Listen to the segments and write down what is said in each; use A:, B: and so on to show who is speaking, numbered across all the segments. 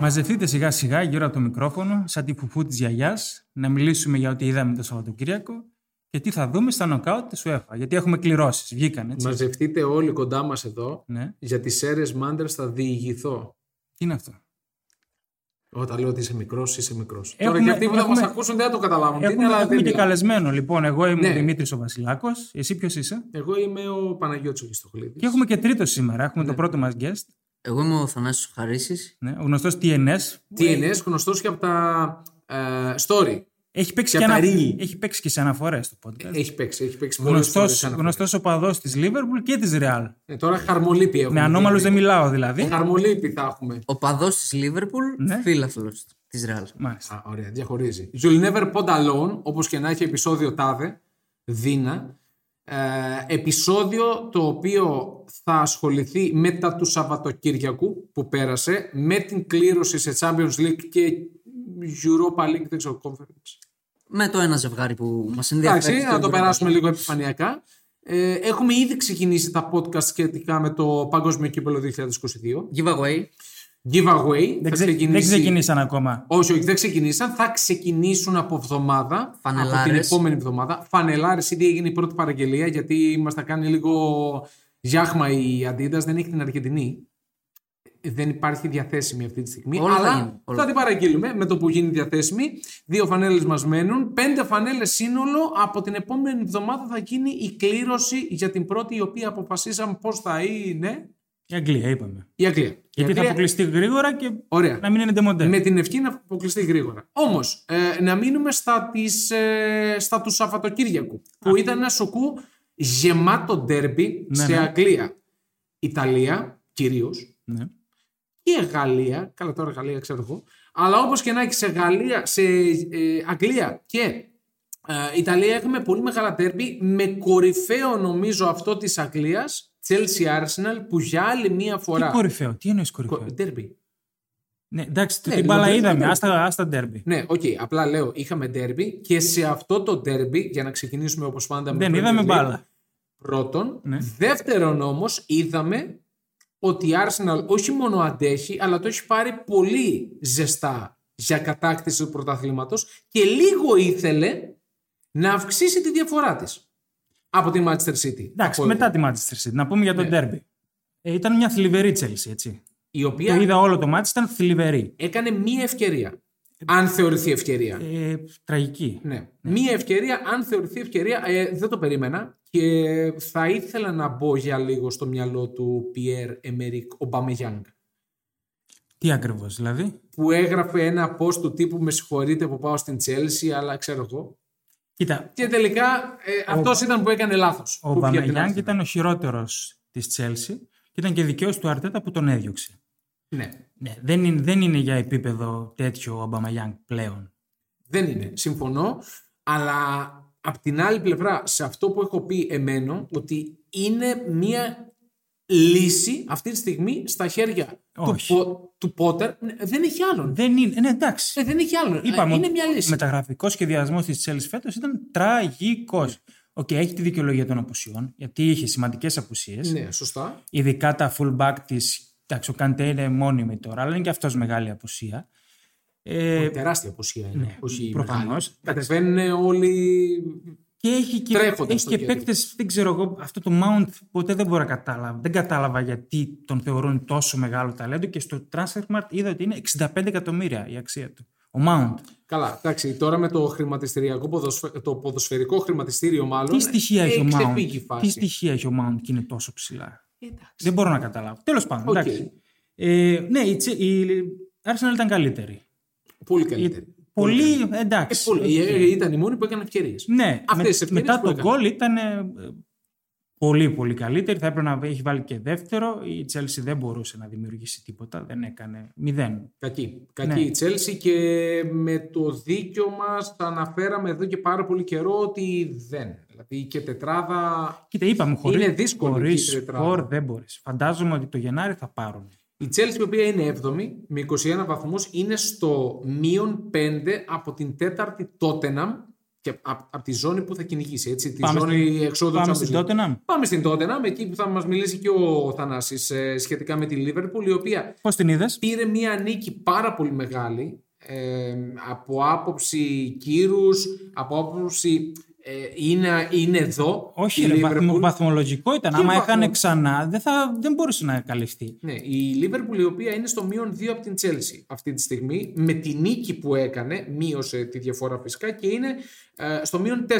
A: μαζευτείτε σιγά σιγά γύρω από το μικρόφωνο, σαν τη φουφού της γιαγιάς, να μιλήσουμε για ό,τι είδαμε το Σαββατοκύριακο και τι θα δούμε στα νοκάουτ της UEFA. Γιατί έχουμε κληρώσεις, βγήκαν έτσι.
B: Μαζευτείτε όλοι κοντά μας εδώ.
A: Ναι.
B: Για τις αίρε μάντρε θα διηγηθώ.
A: Τι είναι αυτό.
B: Όταν λέω ότι είσαι μικρός, είσαι μικρός. Τώρα
A: Έχουμε-
B: και αυτοί που θα
A: έχουμε-
B: μας ακούσουν δεν θα το καταλάβουν. Τι είναι,
A: Έχουμε,
B: αλλά
A: έχουμε και
B: τέλεια.
A: καλεσμένο λοιπόν. Εγώ είμαι
B: Ναι.
A: ο Δημήτρης ο Βασιλάκος. Εσύ ποιος είσαι.
B: Εγώ είμαι ο Παναγιώτης ο Χριστοκλήδης.
A: Και έχουμε και τρίτο σήμερα. Έχουμε
B: Ναι.
A: το πρώτο μας guest.
C: Εγώ είμαι ο Θανάσης Χαρίσης.
A: Ναι, ο γνωστός TNS.
B: TNS, γνωστός και από τα ε, story.
A: Έχει παίξει, και
B: Και
A: ανα...
B: τα reel.
A: έχει παίξει και σε αναφορές στο podcast.
B: Έχει παίξει, έχει παίξει πολλές
A: Γνωστός,
B: Ε, φορές αναφορά.
A: γνωστός οπαδός της Λίβερπουλ και της Ρεάλ.
B: Ε, τώρα χαρμολύπη έχουμε.
A: Με ανώμαλους δεν μιλάω
B: ε,
A: δηλαδή.
B: Χαρμολύπη θα έχουμε.
C: Ο παδός της Λίβερπουλ,
A: Ναι.
C: φίλαθλος της Ρεάλ.
A: Μάλιστα.
B: Α, ωραία, διαχωρίζει. You'll never pond alone, όπως και να έχει επεισόδιο τάδε, Δίνα. Ε, επεισόδιο το οποίο θα ασχοληθεί μετά του Σαββατοκύριακου που πέρασε με την κλήρωση σε Champions League και Europa League, δεν ξέρω, Conference.
C: Με το ένα ζευγάρι που μας ενδιαφέρει.
B: Εντάξει,
C: και
B: να το
C: μπορεί
B: περάσουμε
C: πάρει.
B: λίγο επιφανειακά. Ε, έχουμε ήδη ξεκινήσει τα podcast σχετικά με το Παγκόσμιο Κύπελο 2022.
C: Giveaway.
B: Giveaway.
A: Δεν,
B: θα
A: ξε... δεν ξεκινήσαν ακόμα.
B: Όχι, όχι, δεν ξεκινήσαν. Θα ξεκινήσουν από εβδομάδα.
C: Φανελάρες.
B: Από την επόμενη εβδομάδα. Φανελάρες, ήδη έγινε η πρώτη παραγγελία γιατί μας τα κάνει λίγο γιάχμα η Αντίντα. Δεν έχει την Αργεντινή. Δεν υπάρχει διαθέσιμη αυτή τη στιγμή.
C: Όλα θα
B: αλλά
C: γίνουν, όλα.
B: θα την παραγγείλουμε με το που γίνει διαθέσιμη. Δύο φανέλες μας μένουν. Πέντε φανέλες σύνολο. Από την επόμενη εβδομάδα θα γίνει η κλήρωση για την πρώτη, η οποία αποφασίσαμε πώς θα είναι
A: Η Αγγλία είπαμε.
B: η Αγγλία. Η
A: Γιατί Ναι. θα
B: Αγγλία-
A: αποκλειστεί γρήγορα και
B: Ωραία.
A: να μην είναι ντεμοντέ.
B: Με την ευχή να αποκλειστεί γρήγορα. Όμως, ε, να μείνουμε στα, της, ε, στα του Σαββατοκύριακου, που ήταν ένα σοκού γεμάτο ντέρμπι
A: Ναι,
B: σε
A: ναι.
B: Αγγλία, Ιταλία κυρίως
A: Ναι.
B: και Γαλλία. Καλά, τώρα Γαλλία ξέρω εγώ. Αλλά όπως και να έχει σε Γαλλία, σε ε, Αγγλία και ε, Ιταλία έχουμε πολύ μεγάλα τέρμπι με κορυφαίο νομίζω αυτό της Αγγλίας, Chelsea Arsenal, που για άλλη μία
A: Τι
B: φορά.
A: κορυφαίο, τι εννοείς κορυφαίο.
B: Κο- Derby.
A: Ναι, εντάξει, το
B: Ναι,
A: την μπάλα
B: λοιπόν,
A: είδαμε.
B: derby.
A: Άστα, άστα ντέρμπι.
B: Ναι, οκ. απλά λέω, είχαμε ντέρμπι και σε αυτό το ντέρμπι, για να ξεκινήσουμε όπως πάντα με
A: Δεν
B: Premier
A: είδαμε Ναι,
B: League,
A: μπάλα.
B: Πρώτον.
A: Ναι.
B: Δεύτερον όμως, είδαμε ότι η Arsenal όχι μόνο αντέχει, αλλά το έχει πάρει πολύ ζεστά για κατάκτηση του πρωταθλήματος και λίγο ήθελε να αυξήσει τη διαφορά της από τη Manchester City.
A: Εντάξει,
B: Από-
A: μετά τη Manchester City. Να πούμε για το
B: Ναι.
A: ντέρμπι. Ε, ήταν μια θλιβερή Chelsea, έτσι.
B: Η οποία
A: Το είδα όλο το μάτι, ήταν θλιβερή.
B: έκανε μία ευκαιρία. Αν θεωρηθεί ευκαιρία.
A: Ε, τραγική.
B: Ναι. Μία ευκαιρία, αν θεωρηθεί ευκαιρία, ε, δεν το περίμενα και θα ήθελα να μπω για λίγο στο μυαλό του Πιέρ Εμερικ Ομπαμεγιάνγκ
A: Τι ακριβώς, δηλαδή.
B: που έγραφε ένα post του τύπου «Με συγχωρείτε που πάω στην Τσέλσι, αλλά ξέρω εγώ».
A: Κοίτα,
B: Και τελικά ε, αυτός ήταν που έκανε λάθος.
A: Ο
B: που πήγε την
A: Μπαμεγιάνγκ
B: Arsenal.
A: ήταν ο χειρότερος της Chelsea και ήταν και δικαίω του Αρτέτα που τον έδιωξε.
B: Ναι,
A: Ναι, δεν, είναι, δεν είναι για επίπεδο τέτοιο ο Μπαμεγιάνγκ πλέον.
B: δεν είναι. Συμφωνώ, αλλά απ' την άλλη πλευρά, σε αυτό που έχω πει εμένω, ότι είναι μία λύση αυτή τη στιγμή στα χέρια του,
A: Όχι.
B: Πο- του Πότερ. Ναι, Δεν έχει άλλον.
A: Δεν είναι. Ναι, εντάξει.
B: Ε, δεν έχει άλλο.
A: Είπαμε
B: Ε, είναι
A: ότι
B: μια
A: ο
B: λύση.
A: μεταγραφικός σχεδιασμός της Chelsea φέτος ήταν τραγικός. Οκ, έχει τη δικαιολογία των απουσιών, γιατί είχε σημαντικές απουσίες.
B: Ναι, σωστά.
A: Ειδικά τα fullback της. Εντάξει, ο Καντέ είναι μόνιμη τώρα, αλλά είναι και αυτός μεγάλη απουσία. Ε,
B: Τεράστια αποσία είναι. όχι
A: προφανώς.
B: μεγάλη.
A: Εντάξει.
B: Κατεβαίνουν όλοι.
A: Και έχει και,
B: Τρέχοντας
A: έχει
B: στο
A: και
B: κέντρο.
A: παίκτες, δεν ξέρω εγώ, αυτό το Mount ποτέ δεν μπορώ να κατάλαβα. Δεν κατάλαβα γιατί τον θεωρούν τόσο μεγάλο ταλέντο και στο Transfermarkt είδα ότι είναι 65 εκατομμύρια η αξία του. Ο Mount.
B: Καλά, εντάξει, τώρα με το χρηματιστηριακό ποδοσφαι... το ποδοσφαιρικό χρηματιστήριο, μάλλον.
A: Τι στοιχεία έχει ο
B: Ε, έχει ξεφύγει η
A: Mount.
B: φάση.
A: Τι στοιχεία έχει ο Mount και είναι τόσο ψηλά.
B: Εντάξει.
A: Δεν μπορώ να καταλάβω. Τέλος πάντων,
B: Οκ.
A: εντάξει. Ε, ναι, η, Τσε- η Arsenal ήταν καλύτερη.
B: Πολύ καλύτερη.
A: Πολύ,
B: Ε,
A: εντάξει.
B: πολύ.
A: οκ.
B: Ε, ήταν η μόνη που έκανε ευκαιρίες.
A: Ναι,
B: Αυτές τις ευκαιρίες
A: μετά
B: που
A: το
B: έκανε.
A: γκολ ήταν ε, ε, πολύ πολύ καλύτερη. Θα έπρεπε να έχει βάλει και δεύτερο. Η Chelsea δεν μπορούσε να δημιουργήσει τίποτα. Δεν έκανε. Μηδέν.
B: Κακή. Κακή
A: Ναι.
B: η Τσέλσι και με το δίκιο μας αναφέραμε εδώ και πάρα πολύ καιρό ότι δεν. Δηλαδή και τετράδα.
A: Κοίτα, είπαμε χωρίς,
B: Είναι δύσκολη
A: χωρίς
B: η τετράδα.
A: σκορ δεν μπορείς. Φαντάζομαι ότι το Γενάρη θα πάρουν.
B: Η Chelsea, η οποία είναι 7η με 21 βαθμούς, είναι στο μείον 5 από την 4η Tottenham και από απ τη ζώνη που θα κυνηγήσει. Έτσι, τη
A: Πάμε
B: ζώνη εξόδου
A: Πάμε
B: Champions
A: στην
B: League.
A: Tottenham.
B: Πάμε στην Tottenham, εκεί που θα μας μιλήσει και ο Θανάσης ε, σχετικά με τη Liverpool, η οποία
A: Πώς την είδες.
B: πήρε μια νίκη πάρα πολύ μεγάλη ε, από άποψη κύρους, από άποψη ε, είναι, είναι εδώ
A: Όχι,
B: η
A: ρε,
B: Liverpool.
A: βαθμο- βαθμολογικό ήταν.
B: Τι
A: Άμα
B: βαθμο-
A: έχανε ξανά, δεν, θα, δεν μπορούσε να καλυφθεί.
B: Ναι, η Λίβερπουλ η οποία είναι στο μείον 2 από την Τσέλσι αυτή τη στιγμή με τη νίκη που έκανε μείωσε τη διαφορά φυσικά και είναι ε, στο μείον 4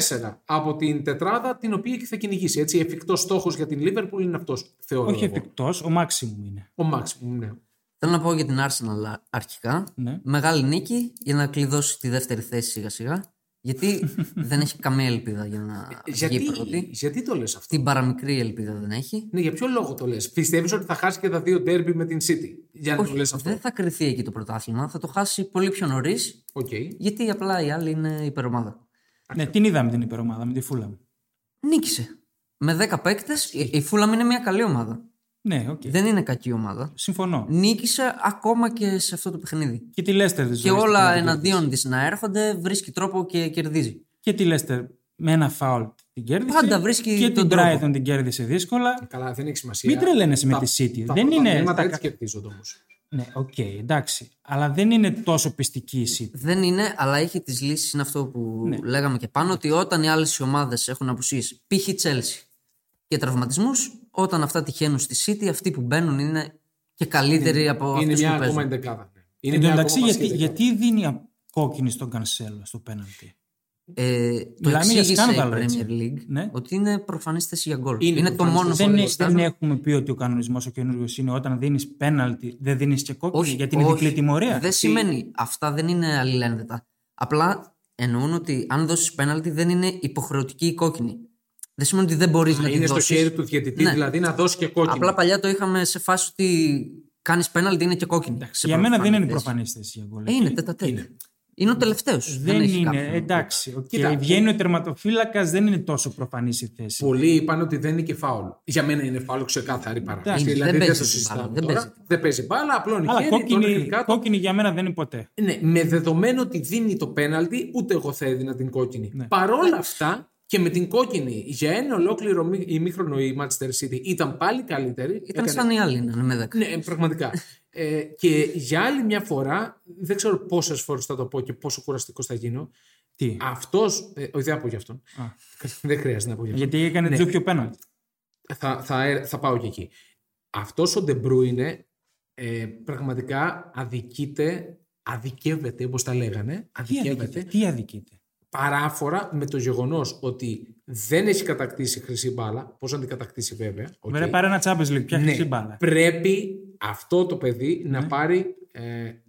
B: από την τετράδα την οποία θα κυνηγήσει. Έτσι, εφικτός στόχος για την Λίβερπουλ είναι αυτός θεωρώ
A: Όχι
B: εγώ.
A: εφικτός, ο Μάξιμου είναι.
B: Ο Μάξιμουμ, ναι.
C: Θέλω να πω για την Arsenal α- αρχικά.
A: Ναι.
C: Μεγάλη νίκη για να κλειδώσει τη δεύτερη θέση σιγά σιγά. Γιατί δεν έχει καμία ελπίδα για να
B: Γιατί,
C: βγει πρώτη.
B: γιατί το λες αυτό.
C: Την παραμικρή ελπίδα δεν έχει.
B: Ναι, για ποιο λόγο το λες. Πιστεύεις ότι θα χάσει και τα δύο ντέρμπι με την City. Για να το λες αυτό.
C: δεν θα κρυθεί εκεί το πρωτάθλημα. Θα το χάσει πολύ πιο νωρίς.
B: Οκ.
C: Γιατί απλά η άλλη είναι υπερομάδα.
A: Ναι, την είδαμε την υπερομάδα με τη Φούλαμ.
C: Νίκησε. Με 10 παίκτες, η Φούλαμ είναι μια καλή ομάδα.
A: Ναι, οκ.
C: Δεν είναι κακή ομάδα.
A: Συμφωνώ.
C: Νίκησε ακόμα και σε αυτό το παιχνίδι.
A: Και τη Λέστερ δηλαδή. της
C: Και όλα εναντίον της να έρχονται, βρίσκει τρόπο και κερδίζει.
A: Και τη Λέστερ με ένα φάουλ την κέρδισε.
C: Πάντα βρίσκει
A: Και
C: τον
A: την
C: τρόπο.
A: Brighton την κέρδισε δύσκολα.
B: Καλά, δεν έχει σημασία.
A: Μην τρελαίνεσαι με
B: Τα-
A: τη City.
B: τα
A: δεν είναι.
B: πρωταθλήματα
A: τα-
B: έτσι κερδίζονται όμως.
A: Ναι, οκ, εντάξει. Αλλά δεν είναι τόσο πιστική η City.
C: Δεν είναι, αλλά έχει τις λύσεις. Είναι αυτό που
B: Ναι.
C: λέγαμε και πάνω, ότι όταν οι άλλες ομάδες έχουν απουσίες, π.χ. η Chelsea και τραυματισμούς, όταν αυτά τυχαίνουν στη City, αυτοί που μπαίνουν είναι και καλύτεροι από
B: Είναι
C: αυτούς
B: μια
C: που
B: ακόμα
C: παίζουν.
B: εντεκάδα. ναι. Είναι
A: Εν τω
B: μια
A: μεταξύ,
B: ακόμα
A: γιατί,
B: βασική εντεκάδα.
A: γιατί δίνει κόκκινη στον Κανσέλο στο πέναλτι.
C: Ε, το
A: Μιλάμε για
C: εξήγησε η
A: σκάνδαλο,
C: Premier
A: έτσι.
C: League
A: Ναι.
C: ότι είναι προφανής θέση για γκολ.
B: Είναι
C: Είναι, το
B: προφανής
C: μόνο
B: θέση.
A: Δεν,
C: που
A: είναι-
C: διστάζω.
A: δεν έχουμε πει ότι ο κανονισμός ο καινούριος είναι όταν δίνεις πέναλτι, δεν δίνεις και κόκκινη
C: Όχι,
A: για την διπλή
C: όχι.
B: Ε,
A: τιμωρία.
C: Δεν σημαίνει. Αυτά δεν είναι αλληλένδετα. Απλά εννοούν ότι αν δώσεις πέναλτι δεν είναι υποχρεωτική η κόκκινη. Δεν σημαίνει ότι δεν μπορείς να τη
B: Είναι στο
C: δώσεις.
B: χέρι του διαιτητή,
C: Ναι.
B: δηλαδή να δώσει και κόκκινη.
C: Απλά παλιά το είχαμε σε φάση ότι κάνεις πέναλτι είναι και κόκκινη. σε
A: για μένα δεν
C: προφανή
A: είναι
C: θέση.
A: προφανής θέση για γκολ.
C: Ε, είναι τετατέλ. Είναι. είναι ο τελευταίος.
A: Δεν, είναι, εντάξει. οκ,
C: ε,
B: Κοίτα,
A: βγαίνει ο τερματοφύλακας, δεν είναι τόσο προφανής η θέση.
B: Πολλοί είπαν ότι δεν είναι και φάουλ. Για μένα είναι φάουλ ξεκάθαρη παράδειγμα.
C: Είναι,
B: Δηλαδή
C: δεν
B: δεν,
C: παίζει
B: το
C: την
B: συζητάμε.
C: μπάλα,
B: τώρα.
C: δεν
B: Δεν παίζει,
C: παίζει.
B: μπάλα, απλώνει
A: Αλλά
B: χέρι, τόνει
A: κόκκινη,
B: γλυκά.
A: κόκκινη για μένα δεν είναι ποτέ.
B: Ναι, με δεδομένο ότι δίνει το πέναλτι, ούτε εγώ θα έδινα την κόκκινη.
C: Ναι.
B: Παρόλα αυτά και με την κόκκινη για ένα ολόκληρο μη- ημίχρονο η Manchester City ήταν πάλι καλύτερη.
C: Ήταν
B: Έκανε-
C: σαν οι άλλοι να είναι με δέκα.
B: Ναι, πραγματικά. ε, και για άλλη μια φορά, δεν ξέρω πόσες φορές θα το πω και πόσο κουραστικός θα γίνω.
A: Τι.
B: Αυτός. Ε, όχι, δεν θα πω γι' αυτόν. δεν χρειάζεται να πω γι' αυτόν.
A: Γιατί
C: Ναι.
A: έκανε τζούκιο πέναλτι.
B: θα, θα, ε, θα πάω και εκεί. Αυτός ο Ντεμπρούινε ε, πραγματικά αδικείται, αδικεύεται όπως τα λέγανε.
C: Ε,
A: Τι αδικείται. Τι αδικείται.
B: Παράφορα με το γεγονός ότι δεν έχει κατακτήσει χρυσή μπάλα. Πώς να την κατακτήσει, βέβαια. οκ.
A: Βέβαια, πάρε ένα Champions League. Πια
B: Ναι,
A: χρυσή μπάλα.
B: Πρέπει αυτό το παιδί να πάρει ε,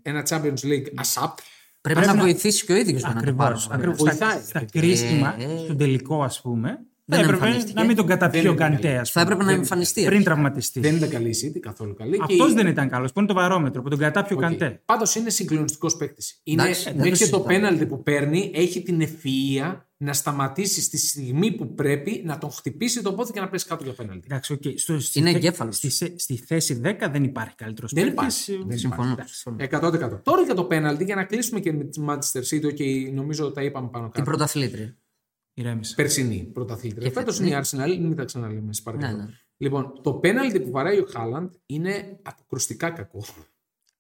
B: ένα Champions League ASAP.
C: Πρέπει να βοηθήσει και ο ίδιος να το ναι.
A: Ακριβώ.
C: πάρει.
A: Στα,
B: Βοηθάει,
A: στα
B: παιδιά.
A: κρίσιμα,
C: Ε, ε.
A: στον τελικό, ας πούμε, θα έπρεπε
C: εμφανίστηκε.
A: να μην τον καταπιεί
B: Δεν
A: ο
B: είναι καλή.
A: Καντέ, ας
C: Θα
A: πούμε,
C: έπρεπε να εμφανιστεί.
A: πριν τραυματιστεί.
B: Δεν ήταν καλή η City, καθόλου καλή. Και
A: Αυτός
B: η-
A: δεν ήταν καλός. Που είναι το βαρόμετρο που τον κατάπιε ο Καντέ.
B: Πάντως είναι συγκλονιστικός παίκτης. Είναι
C: Εντάξει, δεν
B: μέχρι
C: το
B: και το
C: συζητάμε.
B: πέναλτι που παίρνει, έχει την ευφυα να σταματήσει στη στιγμή που πρέπει να τον χτυπήσει το πόδι και να πέσει κάτω για πέναλτι.
A: Εντάξει, οκ. Στο- στη
C: Είναι
A: θέ-
C: εγκέφαλος.
A: Στη, σε- στη θέση 10 δεν υπάρχει καλύτερος
B: Δεν υπάρχει. Δεν
C: Συμφωνώ.
B: 100%. Τώρα για το πέναλτι, για να κλείσουμε και με τη Manchester City, okay, νομίζω τα είπαμε πάνω
C: Την
B: κάτω.
C: πρωταθλήτρια.
A: Ηρέμησε.
B: Περσινή πρωταθλήτρια.
C: Και
B: Φέτος είναι η Arsenal, μην τα ξαναλέμε. σε παρακαλώ.
C: Ναι, ναι.
B: Λοιπόν, το πέναλτι που βαράει ο Χάλαντ είναι αποκρουστικά κακό.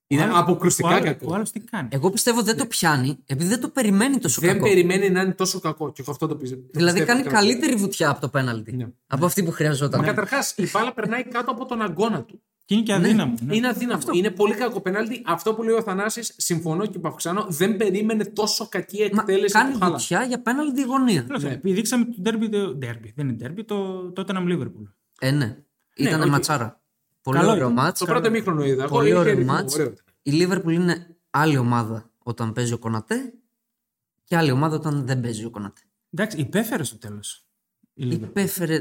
B: Είναι
A: άλλος- Ο
B: αποκρουστικά
A: άλλο- Ο
B: κακό.
A: άλλος τι κάνει.
C: Εγώ πιστεύω δεν το πιάνει επειδή δεν το περιμένει τόσο
B: Ναι. Δεν
C: κακό.
B: περιμένει να είναι τόσο κακό. Και εγώ αυτό το πιζε- το
C: Δηλαδή
B: πιστεύω
C: κάνει
B: πραγματικά.
C: καλύτερη βουτιά από το πέναλτι.
B: Ναι.
C: Από αυτή που χρειαζόταν.
A: Ναι.
B: Μα καταρχάς η μπάλα περνάει κάτω από τον αγκώνα του.
A: Και είναι και αδύναμο.
C: Ε,
A: ναι.
B: Είναι αδύναμο. Είναι πολύ κακό πενάλτι. Αυτό που λέει ο Θανάσης, συμφωνώ και παυξάνω, δεν περίμενε τόσο κακή
C: Μα
B: εκτέλεση
C: κάνει
B: του Χάλαντ.
C: βουτιά για πέναλτι γωνία.
A: Τέλος πάντων, Δείξαμε το derby, το derby, δεν είναι derby, το Tottenham Liverpool.
C: Ε, ναι. Ήταν
B: οκ.
C: ματσάρα. Πολύ
A: Καλό
C: ωραίο
A: ήταν.
C: μάτς.
B: Το πρώτο μήχρονο είδα. εγώ,
C: Πολύ
B: είχε
C: ωραίο
B: ρυθμό,
C: μάτς.
B: ωραίο ήταν.
C: Η Λίβερπουλ είναι άλλη ομάδα όταν παίζει ο Κονατέ και άλλη ομάδα όταν δεν παίζει ο Κονατέ.
A: Εντάξει, υπέφερε στο τέλος.
C: Υπέφερε.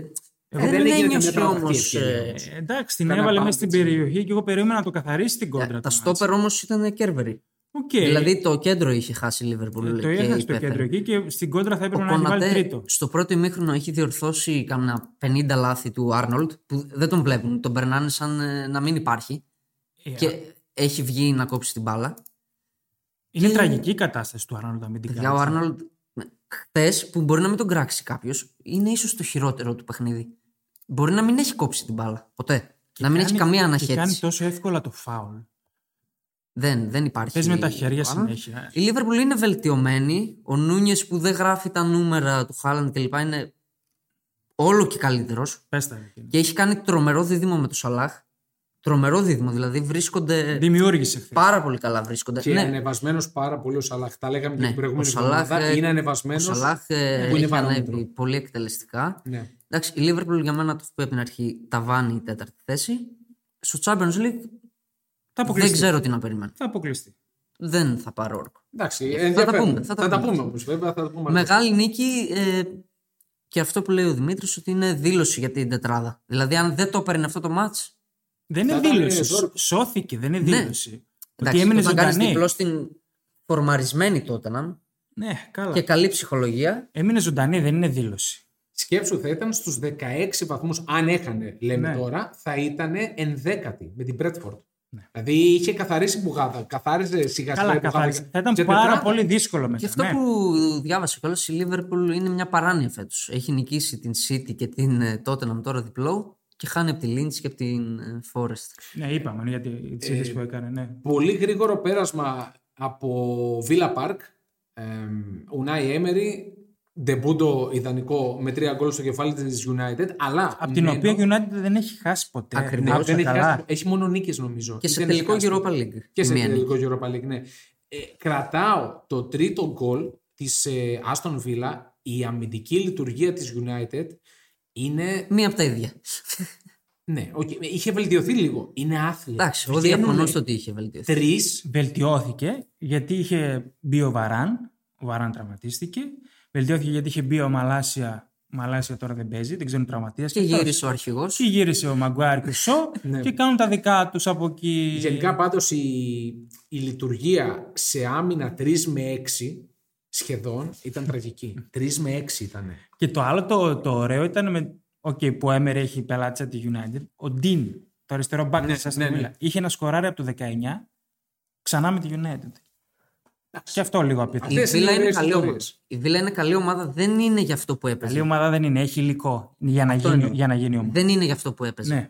C: Ε,
B: δεν
C: δεν ε,
B: έγινε καμιά
C: ένιωσε
B: τραυματική
C: όμως.
B: ευκαιρία.
A: Ε, Εντάξει, την
B: Κάνα
A: έβαλε
B: πάνω
A: μέσα στην
B: έτσι.
A: περιοχή και εγώ περίμενα να το καθαρίσει την κόντρα.
C: Ε, Τα
A: του
C: στόπερ όμως ήταν κέρβεροι.
A: μάτς. Οκ.
C: Δηλαδή το κέντρο είχε χάσει η Λίβερπουλ.
A: Ε, Το
C: και
A: έχασε το
C: υπέφερε.
A: κέντρο εκεί και στην κόντρα θα έπρεπε
C: Ο
A: να έχει βάλει
C: Κονατέ
A: τρίτο.
C: στο πρώτο ημίχρονο έχει διορθώσει κάμνα 50 λάθη του Άρνολτ που δεν τον βλέπουν. Τον περνάνε σαν ε, να μην υπάρχει.
A: Ε,
C: Και έχει βγει να κόψει την μπάλα.
A: Είναι τραγική η κατάσταση του Άρνολντ αμυντικά.
C: Παιδιά, ο Άρνολντ χθες που μπορεί να μην τον κράξει κάποιος, είναι ίσως το χειρότερο του παιχνίδι. Μπορεί να μην έχει κόψει την μπάλα ποτέ.
A: Και
C: να μην έχει
A: κάνει-
C: καμία
A: Και κάνει
C: αναχέτηση.
A: τόσο εύκολα το φάουλ.
C: Δεν, δεν υπάρχει.
A: Παίζει με τα χέρια
C: άλλο.
A: συνέχεια.
C: Η Λίβερπουλ είναι βελτιωμένη. Ο Νούνιες που δεν γράφει τα νούμερα του Χάλαντ κλπ. είναι όλο και καλύτερος.
A: Πες τα. ρε, κύριε.
C: Και έχει κάνει τρομερό δίδυμο με τον Σαλάχ. Τρομερό δίδυμο, δηλαδή βρίσκονται.
A: Δημιούργησε χθες.
C: Πάρα πολύ καλά βρίσκονται.
B: Και ανεβασμένος πάρα πολύ ο Σαλάχ. Τα λέγαμε και
C: Ναι,
B: την προηγούμενη
C: ο Σαλάχ,
B: εβδομάδα.
C: ε,
B: Είναι
C: Ο
B: ανεβασμένο.
C: Σαλάχ ε,
B: που είναι
C: έχει
B: βαρόμετρο.
C: ανέβει πολύ εκτελεστικά.
B: Ναι.
C: Εντάξει, η Liverpool για μένα το έχω πει από την αρχή ταβάνει η τέταρτη θέση. Στο Champions League
A: Θα
C: δεν
A: αποκλειστεί.
C: ξέρω τι να περιμένω.
A: Θα αποκλειστεί.
C: Δεν θα πάρω όρκο.
B: Εντάξει,
C: τα
B: ενδιαφέρον.
C: πούμε, θα τα πούμε. Ναι.
B: όμω, βέβαια. Θα τα πούμε αργότερα.
C: Μεγάλη νίκη ε, και αυτό που λέει ο Δημήτρης ότι είναι δήλωση για την τετράδα. Δηλαδή αν δεν το έπαιρνε αυτό το μάτς
A: Δεν είναι
B: Θα ήταν
A: δήλωση.
B: ζόρικο.
A: Σώθηκε, δεν είναι
C: Ναι.
A: δήλωση. Ότι
C: εντάξει,
A: έμεινε
C: όταν κάνεις
A: ζωντανή.
C: διπλός στην φορμαρισμένη τότε να,
A: Ναι, καλά.
C: και καλή ψυχολογία
A: Έμεινε ζωντανή, δεν είναι δήλωση.
B: Σκέψου, θα ήταν στους 16 βαθμούς, αν έχανε, λέμε
A: Ναι.
B: τώρα, θα ήταν ενδέκατη με την Πρέτφορντ.
C: Ναι.
B: Δηλαδή είχε καθαρίσει μπουγάδα. Καθάριζε σιγά σιγά.
A: Καλά,
B: η μπουγάδα
A: καθάρισε.
B: και-
A: Θα ήταν
B: και
A: πάρα
B: τετράδα.
A: πολύ δύσκολο μετά.
C: και αυτό
A: ναι.
C: που διάβασε κιόλας η Liverpool είναι μια παράνοια φέτος. Έχει νικήσει την City και την ε, Tottenham τώρα διπλό και χάνει από τη Lynch και από την ε, Forest.
A: Ναι, είπαμε γιατί τι ε... που έκανε. Ναι.
B: Πολύ γρήγορο πέρασμα από Villa Park. Ουνάι Έμερι, ντεμπούντο ιδανικό με τρία γκολ στο κεφάλι της United, αλλά...
A: Από την
B: μένω-
A: οποία United δεν έχει χάσει ποτέ.
C: ναι, Ακριβώς.
A: Να
B: Ναι, δεν
A: τα
B: έχει,
A: καλά.
B: χάσει- έχει μόνο νίκες νομίζω.
C: Και σε
B: Δεν έχει
C: τελικό
B: χάσει.
C: Europa League.
B: Και σε
C: Μία νίκη.
B: τελικό Europa League, ναι. Ε, κρατάω το τρίτο γκολ της ε, Aston Villa. Η αμυντική λειτουργία της United είναι...
C: Μία από τα ίδια.
B: Ναι, οκ, είχε βελτιωθεί λίγο. Είναι άθλια.
C: Εντάξει, εγώ ναι.
B: Βγαίνουν
C: διαφωνώ στο ότι είχε βελτιωθεί.
B: Τρεις
A: Βελτιώθηκε γιατί είχε μπει ο Βαράν. Ο Βαράν τραυματίστηκε. Βελτιώθηκε γιατί είχε μπει ο Μαλάσια. Ο Μαλάσια τώρα δεν παίζει, δεν ξέρουν τραυματία.
C: Και γύρισε ο αρχηγός.
A: Και γύρισε ο Μαγκουάρ και ο Σο
B: Ναι.
A: και κάνουν τα δικά τους από εκεί.
B: Γενικά πάντως η, η λειτουργία σε άμυνα 3 με 6 σχεδόν ήταν τραγική. 3 με 6 ήταν.
A: Και το άλλο το, το ωραίο ήταν με, okay, που ο Έμερ έχει πελάτησα τη United. Ο Ντίν, το αριστερό μπακ
B: Ναι,
A: της Aston
B: ναι, ναι.
A: Villa, είχε ένα σκοράρι από το 19 ξανά με τη United. Και αυτό λίγο
C: Η
A: απαιτεί.
B: Αυτές είναι
C: Βίλα είναι
B: ωραίες
C: καλή ομάδα.
B: ιστορίες.
C: Η Βίλα είναι καλή ομάδα, δεν είναι για αυτό που
A: Καλή
C: έπαιζε.
A: ομάδα δεν είναι, έχει υλικό για να γίνει,
B: εννοώ.
A: για να γίνει ομάδα.
C: Δεν είναι για αυτό που έπαιζε.
A: Ναι.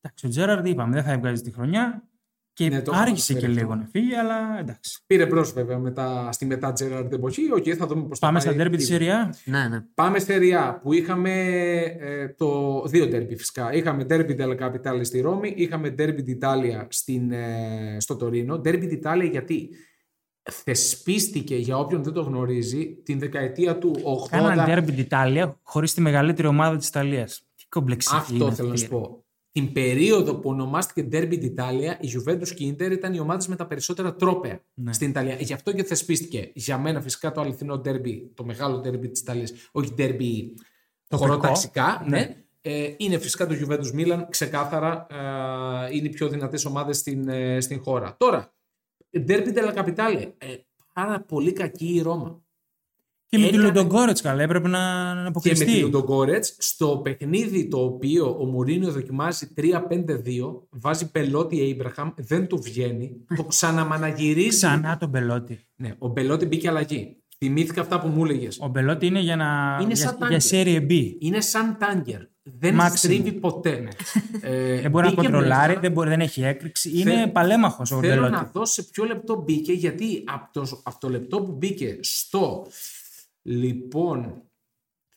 A: Εντάξει, ο Τζέραρντ είπαμε δεν θα βγάζει τη χρονιά και
B: Ναι, το έχουμε
A: άργησε και
B: αναφέρει αυτό.
A: λίγο να φύγει, αλλά εντάξει.
B: Πήρε μπρος βέβαια μετά, στη μετά Gerard εποχή. Οκ, θα δούμε πώς θα
A: Πάμε
B: πάει
A: στα ντέρμπι
B: η
A: της Συρία.
C: Ναι, ναι.
B: Πάμε στη Ριά που είχαμε ε, το, δύο ντέρμπι φυσικά. Είχαμε ντέρμπι della Capitale στη Ρώμη, είχαμε ντέρμπι d'Italia στην, ε, στο Τωρίνο. Ντέρμπι d'Italia γιατί θεσπίστηκε για όποιον δεν το γνωρίζει την δεκαετία του 80.
A: Κάναν ντέρμπι την Ιταλία χωρίς τη μεγαλύτερη ομάδα της Ιταλίας. Τι κομπλεξική
B: Αυτό
A: είναι
B: θέλω να
A: αυτή,
B: σου πω. Την περίοδο που ονομάστηκε Derby d'Italia, η Juventus και η Inter ήταν οι ομάδες με τα περισσότερα τρόπαια
A: Ναι.
B: στην Ιταλία. Γι' αυτό και θεσπίστηκε. Για μένα, φυσικά, το αληθινό Derby, το μεγάλο Derby της Ιταλίας, όχι Derby
A: Το
B: χωροταξικά,
A: παιδικό,
B: ναι.
A: ναι.
B: Ε, είναι φυσικά το Juventus Milan, ξεκάθαρα ε, είναι οι πιο δυνατές ομάδες στην, ε, στην χώρα. Τώρα, Derby della Capitale, ε, πάρα πολύ κακή η Ρώμα.
A: Και με τη
B: Έκανε-
A: Λοντογκόρετ καλά, έπρεπε να, να
B: και με
A: αποκλειστεί.
B: την Ουντογκόρετ στο παιχνίδι το οποίο ο Μουρίνιο δοκιμάζει 3-5-2, βάζει πελότη Έιμπραχαμ, δεν του βγαίνει, το ξαναμαναγυρίζει.
A: Ξανά τον Μπελότη.
B: Ναι, ο πελότη μπήκε αλλαγή. Θυμήθηκα αυτά που μου έλεγες.
A: Ο Μπελότη είναι για να.
B: Είναι σαν
A: για,
B: τάγκερ.
A: για Serie B.
B: Είναι σαν τάγκερ. Δεν
A: Maximum.
B: στρίβει ποτέ. Ε,
A: Δεν Ναι. μπορεί να
B: μπήκε
A: κοντρολάρει,
B: μέσα.
A: δεν, μπορεί, δεν έχει έκρηξη. Είναι
B: Θέλω-
A: παλέμαχος ο
B: Θέλω
A: Μπελότη.
B: να δω σε ποιο λεπτό μπήκε, γιατί από το, από το λεπτό που μπήκε στο. Λοιπόν,